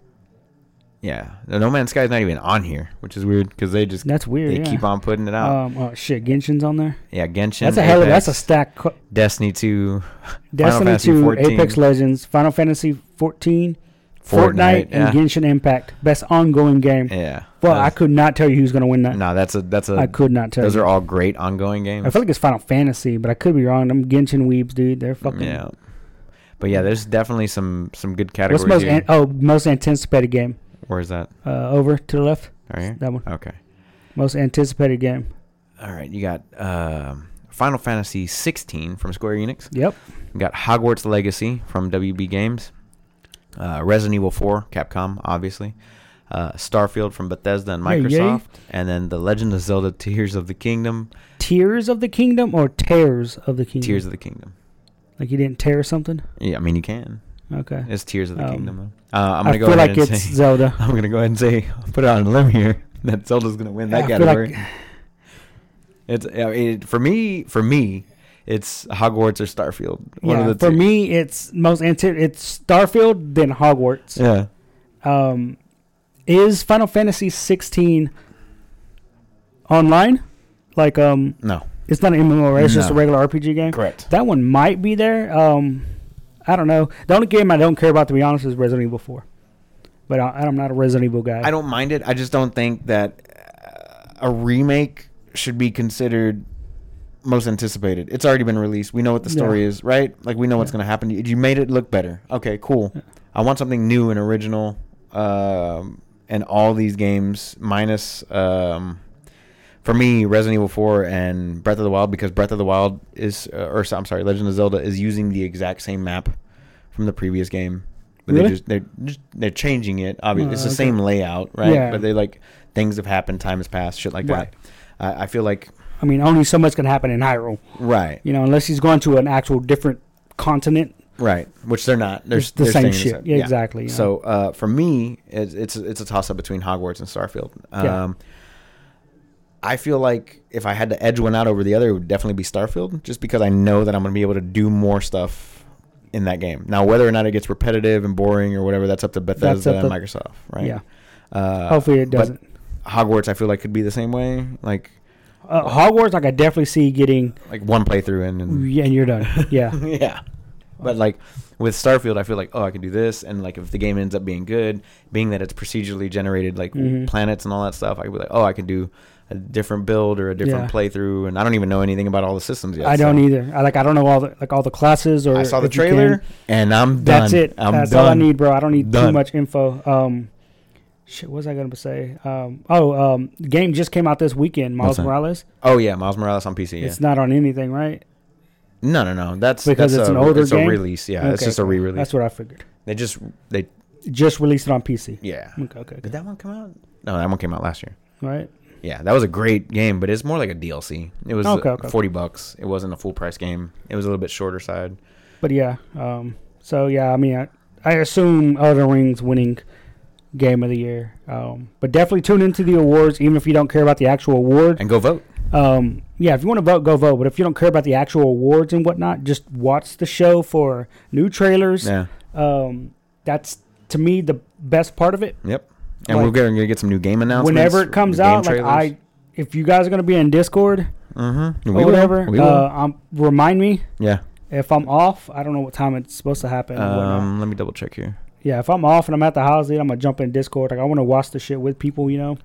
[SPEAKER 2] yeah. The No Man's Sky is not even on here, which is weird because they just
[SPEAKER 3] That's weird.
[SPEAKER 2] they
[SPEAKER 3] yeah.
[SPEAKER 2] keep on putting it out.
[SPEAKER 3] Um, oh shit, Genshin's on there.
[SPEAKER 2] yeah, Genshin.
[SPEAKER 3] That's a hell of that's a
[SPEAKER 2] Apex,
[SPEAKER 3] stack. co-
[SPEAKER 2] Destiny two,
[SPEAKER 3] Destiny
[SPEAKER 2] Fantasy
[SPEAKER 3] 2,
[SPEAKER 2] 14.
[SPEAKER 3] Apex Legends, Final Fantasy 14, Fortnite,
[SPEAKER 2] Fortnite, yeah.
[SPEAKER 3] and Genshin Impact. Best ongoing game.
[SPEAKER 2] yeah.
[SPEAKER 3] Well, I
[SPEAKER 2] That's-
[SPEAKER 3] could not tell you who's going to win that.
[SPEAKER 2] no, that's a that's
[SPEAKER 3] I
[SPEAKER 2] a.
[SPEAKER 3] could not tell.
[SPEAKER 2] Those
[SPEAKER 3] you.
[SPEAKER 2] are all great ongoing
[SPEAKER 3] I
[SPEAKER 2] games.
[SPEAKER 3] feel like it's Final Fantasy, but I could be wrong. Them Genshin weebs, dude. They're fucking.
[SPEAKER 2] Yeah, but yeah, there's definitely some some good
[SPEAKER 3] What's
[SPEAKER 2] categories.
[SPEAKER 3] most
[SPEAKER 2] here.
[SPEAKER 3] an- oh most anticipated game?
[SPEAKER 2] Where is that?
[SPEAKER 3] Uh, over to the left.
[SPEAKER 2] Right here.
[SPEAKER 3] That one.
[SPEAKER 2] Okay.
[SPEAKER 3] Most anticipated game.
[SPEAKER 2] All right, you got um, Final Fantasy 16 from Square Enix.
[SPEAKER 3] Yep.
[SPEAKER 2] We got Hogwarts Legacy from WB Games. Uh, Resident Evil 4, Capcom, obviously. Uh, Starfield from Bethesda and
[SPEAKER 3] Hey,
[SPEAKER 2] Microsoft,
[SPEAKER 3] yay.
[SPEAKER 2] and then The Legend of Zelda: Tears of the Kingdom.
[SPEAKER 3] Tears of the Kingdom or Tears of the Kingdom?
[SPEAKER 2] Tears of the Kingdom.
[SPEAKER 3] Like you didn't tear something?
[SPEAKER 2] Yeah, I mean you can.
[SPEAKER 3] Okay.
[SPEAKER 2] It's Tears of the
[SPEAKER 3] Um,
[SPEAKER 2] Kingdom. though. Uh, I'm
[SPEAKER 3] I
[SPEAKER 2] gonna go
[SPEAKER 3] feel
[SPEAKER 2] ahead
[SPEAKER 3] like
[SPEAKER 2] and
[SPEAKER 3] it's
[SPEAKER 2] say.
[SPEAKER 3] Zelda.
[SPEAKER 2] I'm gonna go ahead and say, put it on a limb here that Zelda's gonna win that
[SPEAKER 3] I feel like-
[SPEAKER 2] category. It's I mean, it, for me. For me, it's Hogwarts or Starfield. One
[SPEAKER 3] yeah,
[SPEAKER 2] of the
[SPEAKER 3] for
[SPEAKER 2] two.
[SPEAKER 3] me, it's most anti- it's Starfield then Hogwarts.
[SPEAKER 2] Yeah.
[SPEAKER 3] Um, is Final Fantasy 16 online? Like, um,
[SPEAKER 2] No.
[SPEAKER 3] it's not an MMO, right? It's just a
[SPEAKER 2] No.
[SPEAKER 3] regular RPG game.
[SPEAKER 2] Correct.
[SPEAKER 3] That one might be there. Um, I don't know. The only game I don't care about, to be honest, is Resident Evil 4. But I, I'm not a Resident Evil guy.
[SPEAKER 2] I don't mind it. I just don't think that uh, a remake should be considered most anticipated. It's already been released. We know what the story
[SPEAKER 3] Yeah.
[SPEAKER 2] is, right? Like we know what's
[SPEAKER 3] Yeah.
[SPEAKER 2] going to happen. You- You made it look better. Okay, cool.
[SPEAKER 3] Yeah.
[SPEAKER 2] I want something new and original. Um, and all these games minus um, for me Resident Evil 4 and Breath of the Wild because Breath of the Wild is uh, or so- I'm sorry, Legend of Zelda is using the exact same map from the previous game. But
[SPEAKER 3] Really?
[SPEAKER 2] they just they're just, they're changing it. Obviously,
[SPEAKER 3] Oh,
[SPEAKER 2] it's the
[SPEAKER 3] okay.
[SPEAKER 2] same layout, right?
[SPEAKER 3] Yeah.
[SPEAKER 2] But they like Things have happened. Time has passed. Shit like
[SPEAKER 3] Right.
[SPEAKER 2] that. I, I feel like
[SPEAKER 3] I mean, only so much can happen in Hyrule.
[SPEAKER 2] right,
[SPEAKER 3] You know, unless he's going to an actual different continent.
[SPEAKER 2] right. Which they're not. They're
[SPEAKER 3] It's the
[SPEAKER 2] they're staying in
[SPEAKER 3] same shit.
[SPEAKER 2] same-
[SPEAKER 3] Yeah, exactly, yeah.
[SPEAKER 2] So uh, for me, it's, it's it's a toss up between Hogwarts and Starfield.
[SPEAKER 3] Yeah.
[SPEAKER 2] Um, I feel like if I had to edge one out over the other, it would definitely be Starfield, just because I know that I'm going to be able to do more stuff in that game. Now, whether or not it gets repetitive and boring or whatever, that's up to Bethesda
[SPEAKER 3] up
[SPEAKER 2] and
[SPEAKER 3] to-
[SPEAKER 2] Microsoft, right?
[SPEAKER 3] Yeah.
[SPEAKER 2] Uh,
[SPEAKER 3] Hopefully it
[SPEAKER 2] but
[SPEAKER 3] doesn't.
[SPEAKER 2] Hogwarts, I feel like could be the same way, like
[SPEAKER 3] Uh, Hogwarts, like I definitely see getting,
[SPEAKER 2] like one playthrough in and
[SPEAKER 3] yeah, and you're done. Yeah,
[SPEAKER 2] yeah. But like with Starfield, I feel like oh, I can do this, and like if the game ends up being good, being that it's procedurally generated like
[SPEAKER 3] Mhm.
[SPEAKER 2] planets and all that stuff, I could be like oh, I can do a different build or a different
[SPEAKER 3] Yeah.
[SPEAKER 2] playthrough, and I don't even know anything about all the systems yet.
[SPEAKER 3] I don't
[SPEAKER 2] so.
[SPEAKER 3] either. I like I don't know all the like all the classes or.
[SPEAKER 2] I saw the
[SPEAKER 3] if you can.
[SPEAKER 2] trailer, and I'm done.
[SPEAKER 3] That's it.
[SPEAKER 2] I'm
[SPEAKER 3] That's
[SPEAKER 2] done.
[SPEAKER 3] all I need, bro. I don't need too
[SPEAKER 2] Done.
[SPEAKER 3] much info. Um, shit, what was I gonna say? Um, oh, um, the game just came out this weekend. Miles
[SPEAKER 2] What's that?
[SPEAKER 3] Morales.
[SPEAKER 2] Oh yeah, Miles Morales on PC. Yeah.
[SPEAKER 3] It's not on anything, right?
[SPEAKER 2] No, no, no. That's
[SPEAKER 3] Because
[SPEAKER 2] that's
[SPEAKER 3] it's
[SPEAKER 2] a,
[SPEAKER 3] an older
[SPEAKER 2] it's
[SPEAKER 3] game?
[SPEAKER 2] a release. Yeah, it's
[SPEAKER 3] Okay,
[SPEAKER 2] just a
[SPEAKER 3] cool.
[SPEAKER 2] re-release.
[SPEAKER 3] That's what I figured.
[SPEAKER 2] they just they
[SPEAKER 3] Just released it on PC.
[SPEAKER 2] yeah.
[SPEAKER 3] Okay, okay,
[SPEAKER 2] Did
[SPEAKER 3] okay.
[SPEAKER 2] that one come out? No, that one came out last year.
[SPEAKER 3] All right.
[SPEAKER 2] Yeah, that was a great game, but it's more like a DLC. It was
[SPEAKER 3] Okay,
[SPEAKER 2] uh,
[SPEAKER 3] okay.
[SPEAKER 2] 40 bucks. It wasn't a full price game. It was a little bit shorter side.
[SPEAKER 3] But yeah, um, so yeah, I mean, I, I assume Elden Ring's winning game of the year. Um, but definitely tune into the awards, even if you don't care about the actual award.
[SPEAKER 2] And go vote.
[SPEAKER 3] Um, yeah, if you want to vote, go vote. But if you don't care about the actual awards and whatnot, just watch the show for new trailers.
[SPEAKER 2] Yeah.
[SPEAKER 3] Um, that's to me the best part of it.
[SPEAKER 2] Yep. And
[SPEAKER 3] Like-
[SPEAKER 2] we're going to get some new game announcements.
[SPEAKER 3] Whenever it comes out, like I, if you guys are gonna be in Discord
[SPEAKER 2] I mm-hmm.
[SPEAKER 3] or whatever, uh, um, remind me
[SPEAKER 2] yeah.
[SPEAKER 3] if I'm off. I don't know what time it's supposed to happen. or whatnot.
[SPEAKER 2] Um, let me double check here.
[SPEAKER 3] Yeah, if I'm off and I'm at the house, then I'm gonna jump in Discord. Like I want to watch the shit with people, you know.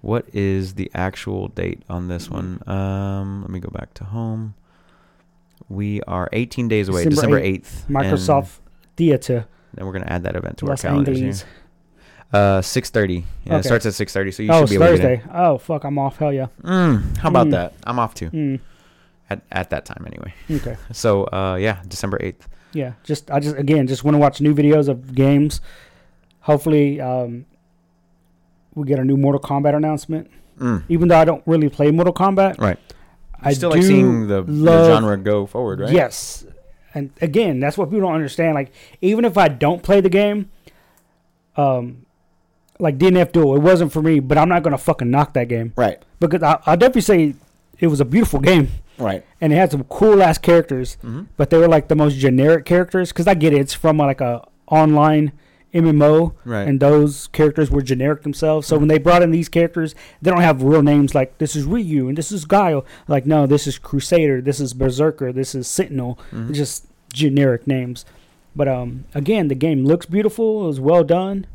[SPEAKER 2] What is the actual date on this one? Um, let me go back to home. We are 18 days away,
[SPEAKER 3] December
[SPEAKER 2] December, 8th.
[SPEAKER 3] Microsoft Theater,
[SPEAKER 2] And then we're going to add that event to
[SPEAKER 3] Los
[SPEAKER 2] our calendars here.
[SPEAKER 3] Angeles.
[SPEAKER 2] Uh, 6.30. Yeah,
[SPEAKER 3] Okay.
[SPEAKER 2] it starts at 6.30, so you
[SPEAKER 3] Oh,
[SPEAKER 2] should
[SPEAKER 3] it's
[SPEAKER 2] be able to get in.
[SPEAKER 3] Thursday. Oh, fuck, I'm off. Hell yeah.
[SPEAKER 2] Mm, how about
[SPEAKER 3] Mm.
[SPEAKER 2] that? I'm off too.
[SPEAKER 3] Mm,
[SPEAKER 2] At, at that time, anyway.
[SPEAKER 3] okay.
[SPEAKER 2] So, uh, yeah, December 8th.
[SPEAKER 3] Yeah, just I just again just want to watch new videos of games. Hopefully, um, we get a new Mortal Kombat announcement.
[SPEAKER 2] Mm.
[SPEAKER 3] Even though I don't really play Mortal Kombat,
[SPEAKER 2] Right.
[SPEAKER 3] I
[SPEAKER 2] still
[SPEAKER 3] do
[SPEAKER 2] like seeing the,
[SPEAKER 3] love-
[SPEAKER 2] the genre go forward, right?
[SPEAKER 3] Yes, and again, that's what people don't understand. Like even if I don't play the game, um, like DNF Duel, it wasn't for me, but I'm not gonna fucking knock that game
[SPEAKER 2] Right.
[SPEAKER 3] because I I definitely say it was a beautiful game
[SPEAKER 2] Right.
[SPEAKER 3] and it had some cool ass characters.
[SPEAKER 2] hmm
[SPEAKER 3] but they were like the most generic characters because I get it. It's from like a online MMO,
[SPEAKER 2] Right.
[SPEAKER 3] and those characters were generic themselves. So when they brought in these characters, they don't have real names like this is Ryu and this is Guile. Like no, this is Crusader, this is Berserker, this is Sentinel.
[SPEAKER 2] Mhm.
[SPEAKER 3] Just generic names. But um, again, the game looks beautiful. It was well done.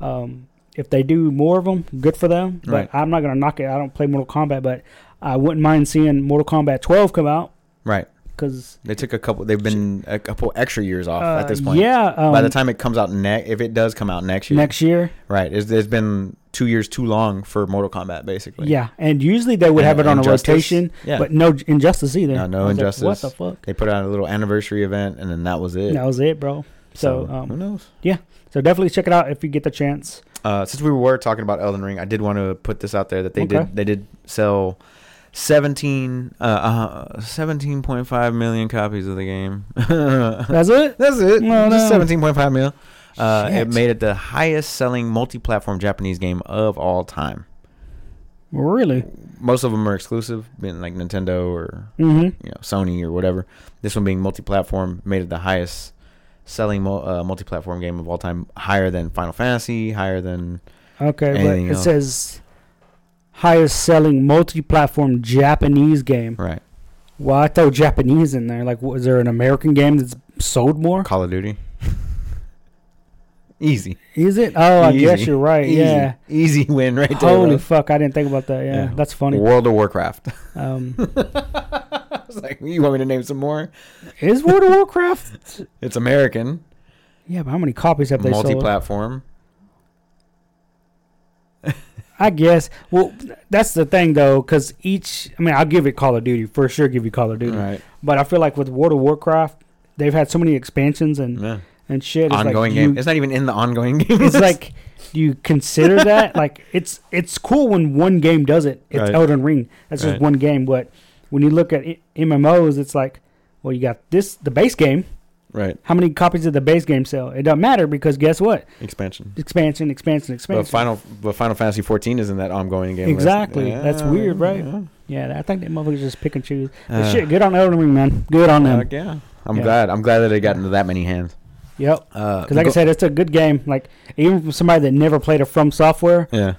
[SPEAKER 3] Um, if they do more of them, good for them.
[SPEAKER 2] Right.
[SPEAKER 3] But I'm not gonna knock it. I don't play Mortal Kombat, but I wouldn't mind seeing Mortal Kombat 12 come out
[SPEAKER 2] Right.
[SPEAKER 3] because
[SPEAKER 2] They took a couple. They've been a couple extra years off
[SPEAKER 3] uh,
[SPEAKER 2] at this point.
[SPEAKER 3] Yeah. Um,
[SPEAKER 2] By the time it comes out next, if it does come out next year,
[SPEAKER 3] next year.
[SPEAKER 2] right? It's, it's been two years too long for Mortal Kombat, basically.
[SPEAKER 3] Yeah, and usually they would have it
[SPEAKER 2] And
[SPEAKER 3] on
[SPEAKER 2] Injustice.
[SPEAKER 3] a rotation,
[SPEAKER 2] Yeah.
[SPEAKER 3] but no j- injustice either.
[SPEAKER 2] No, no
[SPEAKER 3] I was like,
[SPEAKER 2] Injustice.
[SPEAKER 3] what the fuck?
[SPEAKER 2] they put out a little anniversary event, and then that was it.
[SPEAKER 3] That was it, bro. So,
[SPEAKER 2] who
[SPEAKER 3] um,
[SPEAKER 2] knows?
[SPEAKER 3] so definitely check it out if you get the chance.
[SPEAKER 2] Uh, since we were talking about Elden Ring, I did want to put this out there that they
[SPEAKER 3] Okay.
[SPEAKER 2] did they did sell 17 uh, uh 17.5 million copies of the game. That's
[SPEAKER 3] That's it.
[SPEAKER 2] it.
[SPEAKER 3] No,
[SPEAKER 2] Just
[SPEAKER 3] no.
[SPEAKER 2] 17.5 mil. Uh, it
[SPEAKER 3] Shit.
[SPEAKER 2] made it the highest selling multi-platform Japanese game of all time.
[SPEAKER 3] Really?
[SPEAKER 2] Most of them are exclusive, being like Nintendo or
[SPEAKER 3] Mm-hmm.
[SPEAKER 2] you know Sony or whatever. This one being multi-platform made it the highest selling mul- uh, multi-platform game of all time, higher than Final Fantasy, higher than
[SPEAKER 3] Okay,
[SPEAKER 2] Anything
[SPEAKER 3] but it
[SPEAKER 2] else?
[SPEAKER 3] says highest selling multi-platform Japanese game.
[SPEAKER 2] right
[SPEAKER 3] Well, I throw Japanese in there. Like, was there an American game that's sold more?
[SPEAKER 2] Call of Duty. Easy.
[SPEAKER 3] Is it? Oh, I guess
[SPEAKER 2] Easy.
[SPEAKER 3] you're right.
[SPEAKER 2] Easy.
[SPEAKER 3] Yeah.
[SPEAKER 2] Easy win right there.
[SPEAKER 3] Holy
[SPEAKER 2] bro.
[SPEAKER 3] fuck! I didn't think about that. Yeah,
[SPEAKER 2] Yeah.
[SPEAKER 3] that's funny.
[SPEAKER 2] World of Warcraft.
[SPEAKER 3] Um,
[SPEAKER 2] I was like, you want me to name some more?
[SPEAKER 3] is World of Warcraft?
[SPEAKER 2] It's American,
[SPEAKER 3] Yeah, but how many copies have they sold?
[SPEAKER 2] multi-platform.
[SPEAKER 3] I guess. Well, that's the thing though, because each. I mean, I'll give it Call of Duty for sure. Give you Call of Duty,
[SPEAKER 2] Right.
[SPEAKER 3] but I feel like with World of Warcraft, they've had so many expansions and
[SPEAKER 2] Yeah.
[SPEAKER 3] and shit. It's like
[SPEAKER 2] ongoing
[SPEAKER 3] you-
[SPEAKER 2] game. it's not even in the ongoing game.
[SPEAKER 3] it's
[SPEAKER 2] list.
[SPEAKER 3] like do you consider that like it's it's cool when one game does it it's
[SPEAKER 2] Right.
[SPEAKER 3] elden ring that's
[SPEAKER 2] Right.
[SPEAKER 3] just one game but when you look at I- mmos it's like well you got this the base game
[SPEAKER 2] right
[SPEAKER 3] how many copies did the base game sell it doesn't matter because guess what
[SPEAKER 2] expansion.
[SPEAKER 3] expansion expansion
[SPEAKER 2] But
[SPEAKER 3] expansion
[SPEAKER 2] Final, but Final Fantasy 14 is in that ongoing game. list.
[SPEAKER 3] Exactly. That's weird, right?
[SPEAKER 2] Yeah.
[SPEAKER 3] yeah i think that motherfuckers just pick and choose But
[SPEAKER 2] Uh,
[SPEAKER 3] shit good on elden ring man good on them
[SPEAKER 2] Heck yeah. I'm
[SPEAKER 3] Yeah.
[SPEAKER 2] glad. I'm glad that it got into that many hands.
[SPEAKER 3] yep
[SPEAKER 2] Uh,
[SPEAKER 3] because like i
[SPEAKER 2] go-
[SPEAKER 3] said it's a good game like even from somebody that never played a from software
[SPEAKER 2] yeah.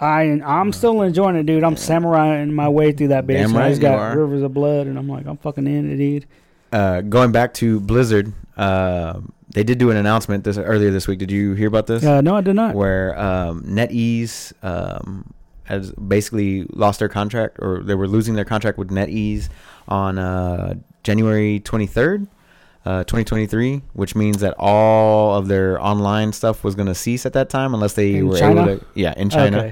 [SPEAKER 3] I I'm still enjoying it, dude. I'm samuraiing my way through that bitch.
[SPEAKER 2] Damn
[SPEAKER 3] and
[SPEAKER 2] right
[SPEAKER 3] I just
[SPEAKER 2] you
[SPEAKER 3] got
[SPEAKER 2] are.
[SPEAKER 3] rivers of blood, and I'm like, I'm fucking in it, dude.
[SPEAKER 2] Uh, going back to Blizzard, uh, they did do an announcement this earlier this week. Did you hear about this?
[SPEAKER 3] Uh, no, I did not.
[SPEAKER 2] Where um, NetEase um, has basically lost their contract, or they were losing their contract with NetEase on uh, January 23rd. Uh, 2023, which means that all of their online stuff was going to cease at that time, unless they
[SPEAKER 3] In
[SPEAKER 2] were
[SPEAKER 3] China?
[SPEAKER 2] able to, yeah, in China,
[SPEAKER 3] Okay.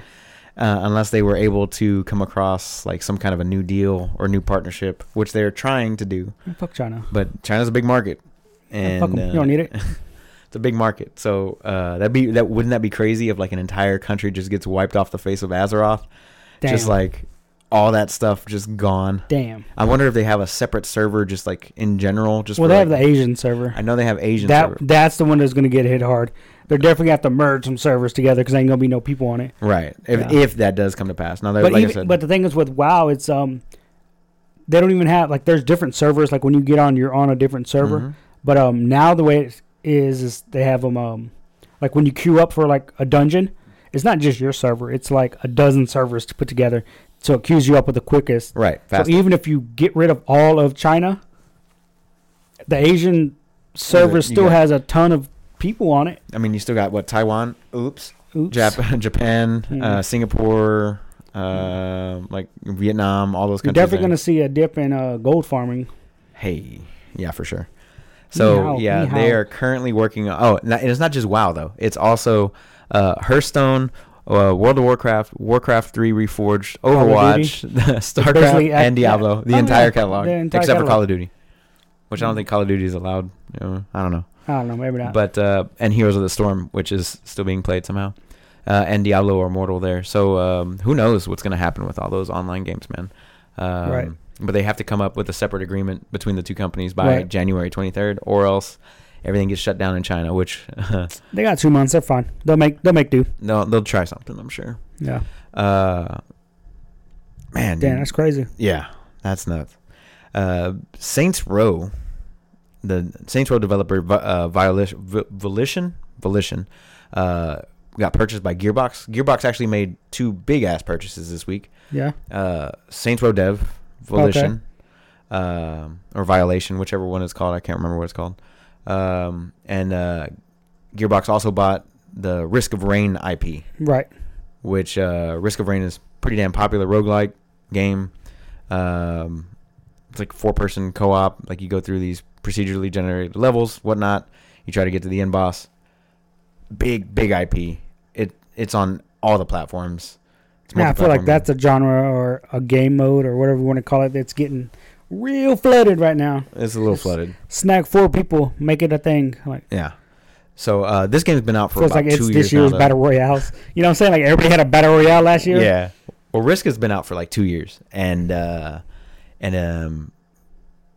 [SPEAKER 2] uh, unless they were able to come across like some kind of a new deal or new partnership, which they're trying to do.
[SPEAKER 3] Fuck China.
[SPEAKER 2] But China's a big market, and
[SPEAKER 3] Fuck 'em.
[SPEAKER 2] uh,
[SPEAKER 3] you don't need it.
[SPEAKER 2] it's a big market. So uh, that be that wouldn't that be crazy if like an entire country just gets wiped off the face of Azeroth?
[SPEAKER 3] Damn.
[SPEAKER 2] Just like all that stuff just gone.
[SPEAKER 3] damn.
[SPEAKER 2] I wonder if they have a separate server just like in general. Just
[SPEAKER 3] Well,
[SPEAKER 2] for,
[SPEAKER 3] they have the
[SPEAKER 2] like-
[SPEAKER 3] Asian server.
[SPEAKER 2] I know they have Asian
[SPEAKER 3] That
[SPEAKER 2] server.
[SPEAKER 3] that's the one that's gonna get hit hard. They're definitely gonna have to merge some servers together because ain't gonna be no people on it.
[SPEAKER 2] Right. If,
[SPEAKER 3] Yeah.
[SPEAKER 2] if that does come to pass. Now, that,
[SPEAKER 3] But
[SPEAKER 2] like
[SPEAKER 3] even,
[SPEAKER 2] I said,
[SPEAKER 3] but the thing is with WoW, it's um, they don't even have like there's different servers. Like when you get on, you're on a different server.
[SPEAKER 2] Mhm.
[SPEAKER 3] But um, now the way it is, is they have them um, like when you queue up for like a dungeon, it's not just your server; it's like a dozen servers to put together, so it queues you up with the quickest.
[SPEAKER 2] Right. Fast.
[SPEAKER 3] So even if you get rid of all of China, the Asian server
[SPEAKER 2] you
[SPEAKER 3] still
[SPEAKER 2] got-
[SPEAKER 3] has a ton of people on it.
[SPEAKER 2] I mean, you still got what? Taiwan? Oops.
[SPEAKER 3] Oops.
[SPEAKER 2] Jap- Japan, uh,
[SPEAKER 3] Mhm.
[SPEAKER 2] Singapore, uh, like Vietnam, all those
[SPEAKER 3] You're
[SPEAKER 2] countries.
[SPEAKER 3] definitely
[SPEAKER 2] there.
[SPEAKER 3] gonna see a dip in uh, gold farming.
[SPEAKER 2] Hey, yeah, for sure. So
[SPEAKER 3] Yeehaw,
[SPEAKER 2] yeah, they
[SPEAKER 3] yeehaw.
[SPEAKER 2] are currently working. On, oh, and that- and it's not just WoW though. It's also uh, Hearthstone, uh, World of Warcraft, Warcraft Three Reforged,
[SPEAKER 3] of Duty.
[SPEAKER 2] Overwatch,
[SPEAKER 3] basically
[SPEAKER 2] StarCraft,
[SPEAKER 3] act-
[SPEAKER 2] and Diablo.
[SPEAKER 3] yeah.
[SPEAKER 2] The
[SPEAKER 3] Oh,
[SPEAKER 2] entire
[SPEAKER 3] yeah,
[SPEAKER 2] catalog,
[SPEAKER 3] the entire
[SPEAKER 2] except for
[SPEAKER 3] catalog.
[SPEAKER 2] Call of Duty, which I don't
[SPEAKER 3] Mhm.
[SPEAKER 2] think Call of Duty is allowed. you know, I don't know,
[SPEAKER 3] I don't know, maybe not.
[SPEAKER 2] but uh, and Heroes of the Storm, which is still being played somehow. Uh, and Diablo or Mortal there. So um, who knows what's going to happen with all those online games, man. Um,
[SPEAKER 3] Right.
[SPEAKER 2] But they have to come up with a separate agreement between the two companies by
[SPEAKER 3] Right.
[SPEAKER 2] January 23rd, or else everything gets shut down in China. Which
[SPEAKER 3] they got two months; they're fine. They'll make they'll make do.
[SPEAKER 2] they'll they'll try something, I'm sure.
[SPEAKER 3] Yeah,
[SPEAKER 2] Uh, man,
[SPEAKER 3] damn,
[SPEAKER 2] dude.
[SPEAKER 3] that's crazy.
[SPEAKER 2] yeah, that's nuts. Uh, Saints Row, the Saints Row developer Vi- uh, Volition, Vi- Volition, Volition, uh, got purchased by Gearbox. Gearbox actually made two big ass purchases this week.
[SPEAKER 3] Yeah,
[SPEAKER 2] uh, Saints Row Dev Volition, um, or Violation, whichever one it's called. I can't remember what it's called. Um, and uh, Gearbox also bought the Risk of Rain IP,
[SPEAKER 3] right.
[SPEAKER 2] which uh, Risk of Rain is pretty damn popular roguelike game. Um, it's like four person co op. Like you go through these procedurally generated levels, whatnot. You try to get to the end boss. Big big IP. It it's on all the platforms. It's
[SPEAKER 3] Yeah, I feel like
[SPEAKER 2] multi-platform game.
[SPEAKER 3] that's a genre or a game mode or whatever you want to call it that's getting real flooded right now.
[SPEAKER 2] it's a little
[SPEAKER 3] it's-
[SPEAKER 2] flooded.
[SPEAKER 3] Snag four people, make it a thing. Like
[SPEAKER 2] Yeah. So uh, this game's been out for
[SPEAKER 3] feels
[SPEAKER 2] about
[SPEAKER 3] like it's
[SPEAKER 2] two years
[SPEAKER 3] this year's
[SPEAKER 2] now. though.
[SPEAKER 3] battle royales. You know what I'm saying? Like everybody had a battle royale last year.
[SPEAKER 2] Yeah. Well, Risk has been out for like two years, and uh, and um,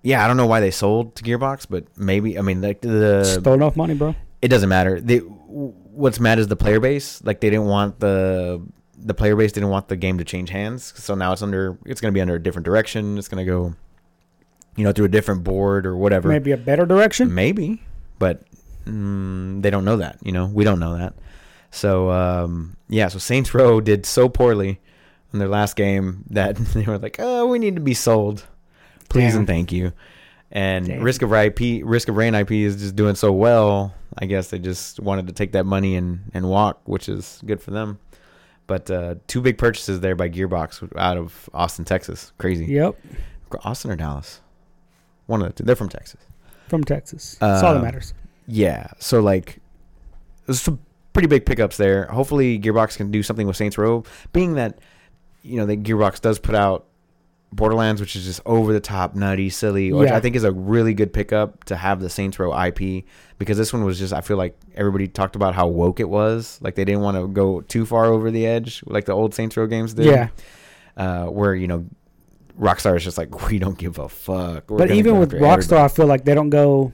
[SPEAKER 2] yeah, I don't know why they sold to Gearbox, but maybe I mean like
[SPEAKER 3] It's
[SPEAKER 2] the
[SPEAKER 3] throwing off money, bro.
[SPEAKER 2] it doesn't matter. They, what's mad is the player base. Like they didn't want the the player base didn't want the game to change hands, so now it's under it's going to be under a different direction. It's going to go, you know, through a different board or whatever.
[SPEAKER 3] Maybe a better direction.
[SPEAKER 2] Maybe, but mm, they don't know that. You know, we don't know that. So um, yeah, so Saints Row did so poorly in their last game that they were like, "Oh, we need to be sold, please
[SPEAKER 3] Damn.
[SPEAKER 2] and thank you." And
[SPEAKER 3] Damn.
[SPEAKER 2] Risk of IP, Risk of Rain IP is just doing so well. I guess they just wanted to take that money and and walk, which is good for them. But uh, two big purchases there by Gearbox out of Austin, Texas. Crazy.
[SPEAKER 3] Yep,
[SPEAKER 2] Austin or Dallas? One of the two. They're from Texas.
[SPEAKER 3] from Texas. That's all that
[SPEAKER 2] Um,
[SPEAKER 3] matters.
[SPEAKER 2] Yeah. So like, there's some pretty big pickups there. Hopefully, Gearbox can do something with Saints Row, being that you know that Gearbox does put out Borderlands, which is just over the top, nutty, silly, which
[SPEAKER 3] Yeah.
[SPEAKER 2] I think is a really good pickup to have the Saints Row IP because this one was just I feel like everybody talked about how woke it was, like they didn't want to go too far over the edge, like the old Saints Row games did.
[SPEAKER 3] Yeah.
[SPEAKER 2] uh, where you know Rockstar is just like we don't give a fuck. We're
[SPEAKER 3] but
[SPEAKER 2] gonna
[SPEAKER 3] even
[SPEAKER 2] go
[SPEAKER 3] with
[SPEAKER 2] after everybody."
[SPEAKER 3] Rockstar, I feel like they don't go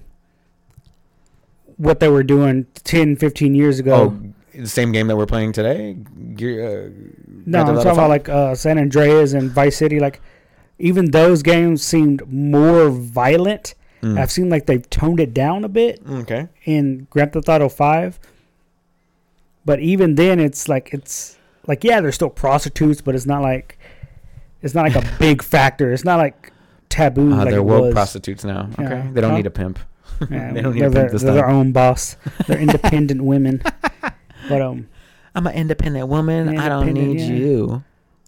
[SPEAKER 3] what they were doing 10, 15 years ago.
[SPEAKER 2] oh, the same game that we're playing today. Gear, uh,
[SPEAKER 3] no,
[SPEAKER 2] Grand
[SPEAKER 3] I'm
[SPEAKER 2] Theft
[SPEAKER 3] talking
[SPEAKER 2] Auto
[SPEAKER 3] about like uh, San Andreas and Vice City. Like, even those games seemed more violent.
[SPEAKER 2] Mm.
[SPEAKER 3] I've seen like they've toned it down a bit
[SPEAKER 2] okay,
[SPEAKER 3] in Grand Theft Auto Five. But even then, it's like it's like yeah, there's still prostitutes, but it's not like it's not like a big factor. It's not like taboo.
[SPEAKER 2] uh,
[SPEAKER 3] Mm, like
[SPEAKER 2] they're
[SPEAKER 3] it
[SPEAKER 2] woke
[SPEAKER 3] was.
[SPEAKER 2] prostitutes now.
[SPEAKER 3] Yeah.
[SPEAKER 2] Okay, they don't
[SPEAKER 3] Huh?
[SPEAKER 2] need a pimp.
[SPEAKER 3] Yeah,
[SPEAKER 2] They don't need
[SPEAKER 3] they're
[SPEAKER 2] to
[SPEAKER 3] their,
[SPEAKER 2] pimp this
[SPEAKER 3] they're their
[SPEAKER 2] time.
[SPEAKER 3] own boss. They're independent women. But um,
[SPEAKER 2] I'm an independent woman. I don't
[SPEAKER 3] Independent,
[SPEAKER 2] need
[SPEAKER 3] yeah.
[SPEAKER 2] you.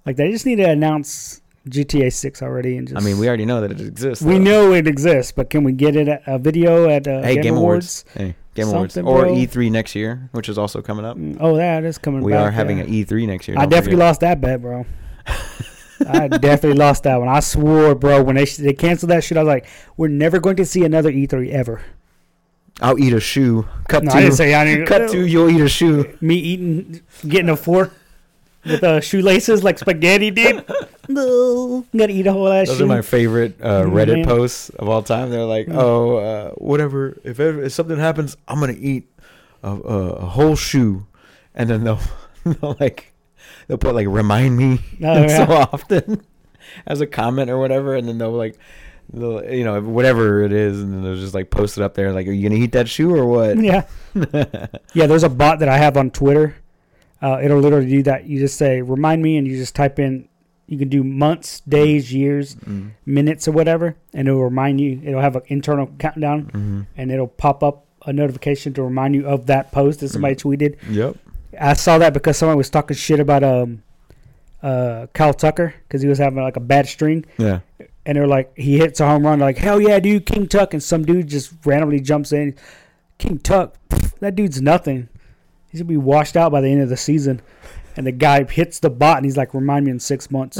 [SPEAKER 3] like they just need to announce GTA Six already and just.
[SPEAKER 2] I mean, we already know that it exists.
[SPEAKER 3] we
[SPEAKER 2] though.
[SPEAKER 3] know it exists, but can we get it a, a video at uh,
[SPEAKER 2] Hey,
[SPEAKER 3] Game,
[SPEAKER 2] Game
[SPEAKER 3] Awards?
[SPEAKER 2] Awards. Hey, Game Awards
[SPEAKER 3] Something,
[SPEAKER 2] or
[SPEAKER 3] bro.
[SPEAKER 2] E3 next year, which is also coming up.
[SPEAKER 3] Mm, Oh, that is coming.
[SPEAKER 2] We
[SPEAKER 3] back,
[SPEAKER 2] are having
[SPEAKER 3] yeah.
[SPEAKER 2] an E3 next year.
[SPEAKER 3] I
[SPEAKER 2] don't
[SPEAKER 3] definitely
[SPEAKER 2] forget.
[SPEAKER 3] lost that bet, bro. I definitely lost that one. I swore, bro, when they sh- they canceled that shit, I was like, we're never going to see another E3 ever.
[SPEAKER 2] I'll eat a shoe. Cup
[SPEAKER 3] No, I didn't
[SPEAKER 2] two.
[SPEAKER 3] say I didn't.
[SPEAKER 2] Cut two. You'll eat a shoe.
[SPEAKER 3] Me eating, getting a fork with uh, shoelaces like spaghetti, dude. no, I'm gonna eat a whole ass
[SPEAKER 2] Those
[SPEAKER 3] shoe.
[SPEAKER 2] are my favorite uh,
[SPEAKER 3] Mm,
[SPEAKER 2] Reddit
[SPEAKER 3] man.
[SPEAKER 2] posts of all time. They're like,
[SPEAKER 3] Mm.
[SPEAKER 2] "Oh, uh, whatever. If ever, if something happens, I'm gonna eat a, a, a whole shoe," and then they'll, they'll like they'll put like "remind me"
[SPEAKER 3] Oh,
[SPEAKER 2] and so
[SPEAKER 3] yeah.
[SPEAKER 2] often as a comment or whatever, and then they'll like they'll you know whatever it is, and then they'll just like post it up there like, "Are you gonna eat that shoe or what?"
[SPEAKER 3] yeah, yeah. There's a bot that I have on Twitter. Uh, it'll literally do that. You just say remind me, and you just type in. You can do months, days, years,
[SPEAKER 2] Mm-hmm.
[SPEAKER 3] minutes, or whatever, and it'll remind you. It'll have an internal countdown.
[SPEAKER 2] Mm-hmm.
[SPEAKER 3] and it'll pop up a notification to remind you of that post that somebody tweeted.
[SPEAKER 2] Yep.
[SPEAKER 3] I saw that because someone was talking shit about um uh Kyle Tucker because he was having like a bad string,
[SPEAKER 2] Yeah.
[SPEAKER 3] and they're like he hits a home run, they're like hell yeah, dude, King Tuck, and some dude just randomly jumps in, King Tuck, pff, that dude's nothing. He's gonna be washed out by the end of the season. And the guy hits the bot, and he's like, "Remind me in six months."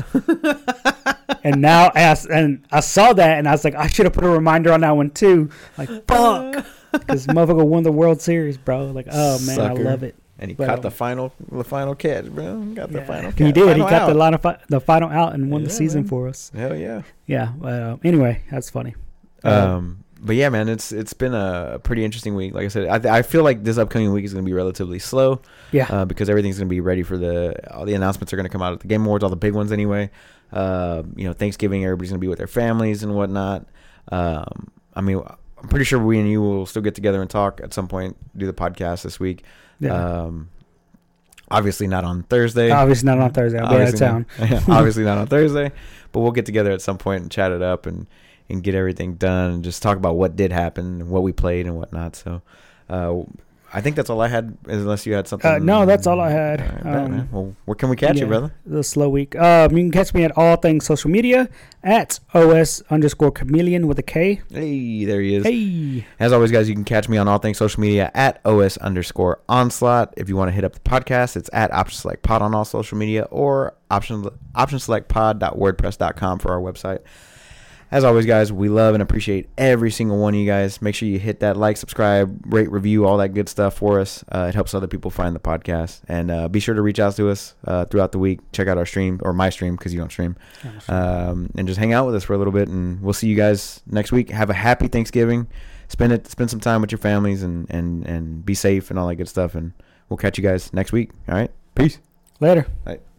[SPEAKER 3] and now, as and I saw that, and I was like, "I should have put a reminder on that one too." Like, fuck. Because motherfucker won the World Series, bro. Like, oh man,
[SPEAKER 2] Sucker.
[SPEAKER 3] I love it.
[SPEAKER 2] And he
[SPEAKER 3] But,
[SPEAKER 2] caught
[SPEAKER 3] um,
[SPEAKER 2] the final the final catch, bro. Got the
[SPEAKER 3] Yeah.
[SPEAKER 2] final catch.
[SPEAKER 3] he did. He
[SPEAKER 2] Final
[SPEAKER 3] got the line of fi- the final out and won the
[SPEAKER 2] Yeah,
[SPEAKER 3] season
[SPEAKER 2] man.
[SPEAKER 3] for us.
[SPEAKER 2] out. Hell yeah.
[SPEAKER 3] Yeah. But, uh, anyway, that's funny. Uh,
[SPEAKER 2] Um, but yeah, man, it's it's been a pretty interesting week. Like I said, I, th- I feel like this upcoming week is going to be relatively slow.
[SPEAKER 3] Yeah.
[SPEAKER 2] Uh, because everything's going to be ready for the all the announcements are going to come out at the Game Awards, all the big ones anyway. Uh, you know, Thanksgiving, everybody's going to be with their families and whatnot. Um, I mean, I'm pretty sure we and you will still get together and talk at some point, do the podcast this week.
[SPEAKER 3] yeah.
[SPEAKER 2] Um, obviously not on Thursday.
[SPEAKER 3] Obviously not on Thursday. I'll be out of
[SPEAKER 2] Obviously
[SPEAKER 3] town.
[SPEAKER 2] not- obviously not on Thursday, but we'll get together at some point and chat it up and and get everything done and just talk about what did happen, and what we played, and whatnot. So, uh, I think that's all I had, unless you had something.
[SPEAKER 3] Uh, no, that's all I had.
[SPEAKER 2] All right, bet,
[SPEAKER 3] Um,
[SPEAKER 2] man. Well, where can we catch
[SPEAKER 3] yeah.
[SPEAKER 2] you, brother?
[SPEAKER 3] The slow week. Um, you can catch me at all things social media at os underscore chameleon with a K.
[SPEAKER 2] Hey, there he is.
[SPEAKER 3] Hey.
[SPEAKER 2] As always, guys, you can catch me on all things social media at OS underscore onslaught. If you want to hit up the podcast, it's at option select pod on all social media or option option select pod.wordpress.com for our website. As always, guys, we love and appreciate every single one of you guys. Make sure you hit that like, subscribe, rate, review, all that good stuff for us. Uh, it helps other people find the podcast. And uh, be sure to reach out to us uh, throughout the week. Check out our stream or my stream because you don't stream um, and just hang out with us for a little bit. And we'll see you guys next week. Have a happy Thanksgiving. Spend it. Spend some time with your families and and and be safe and all that good stuff. And we'll catch you guys next week. All right. Peace.
[SPEAKER 3] Later.
[SPEAKER 2] All right.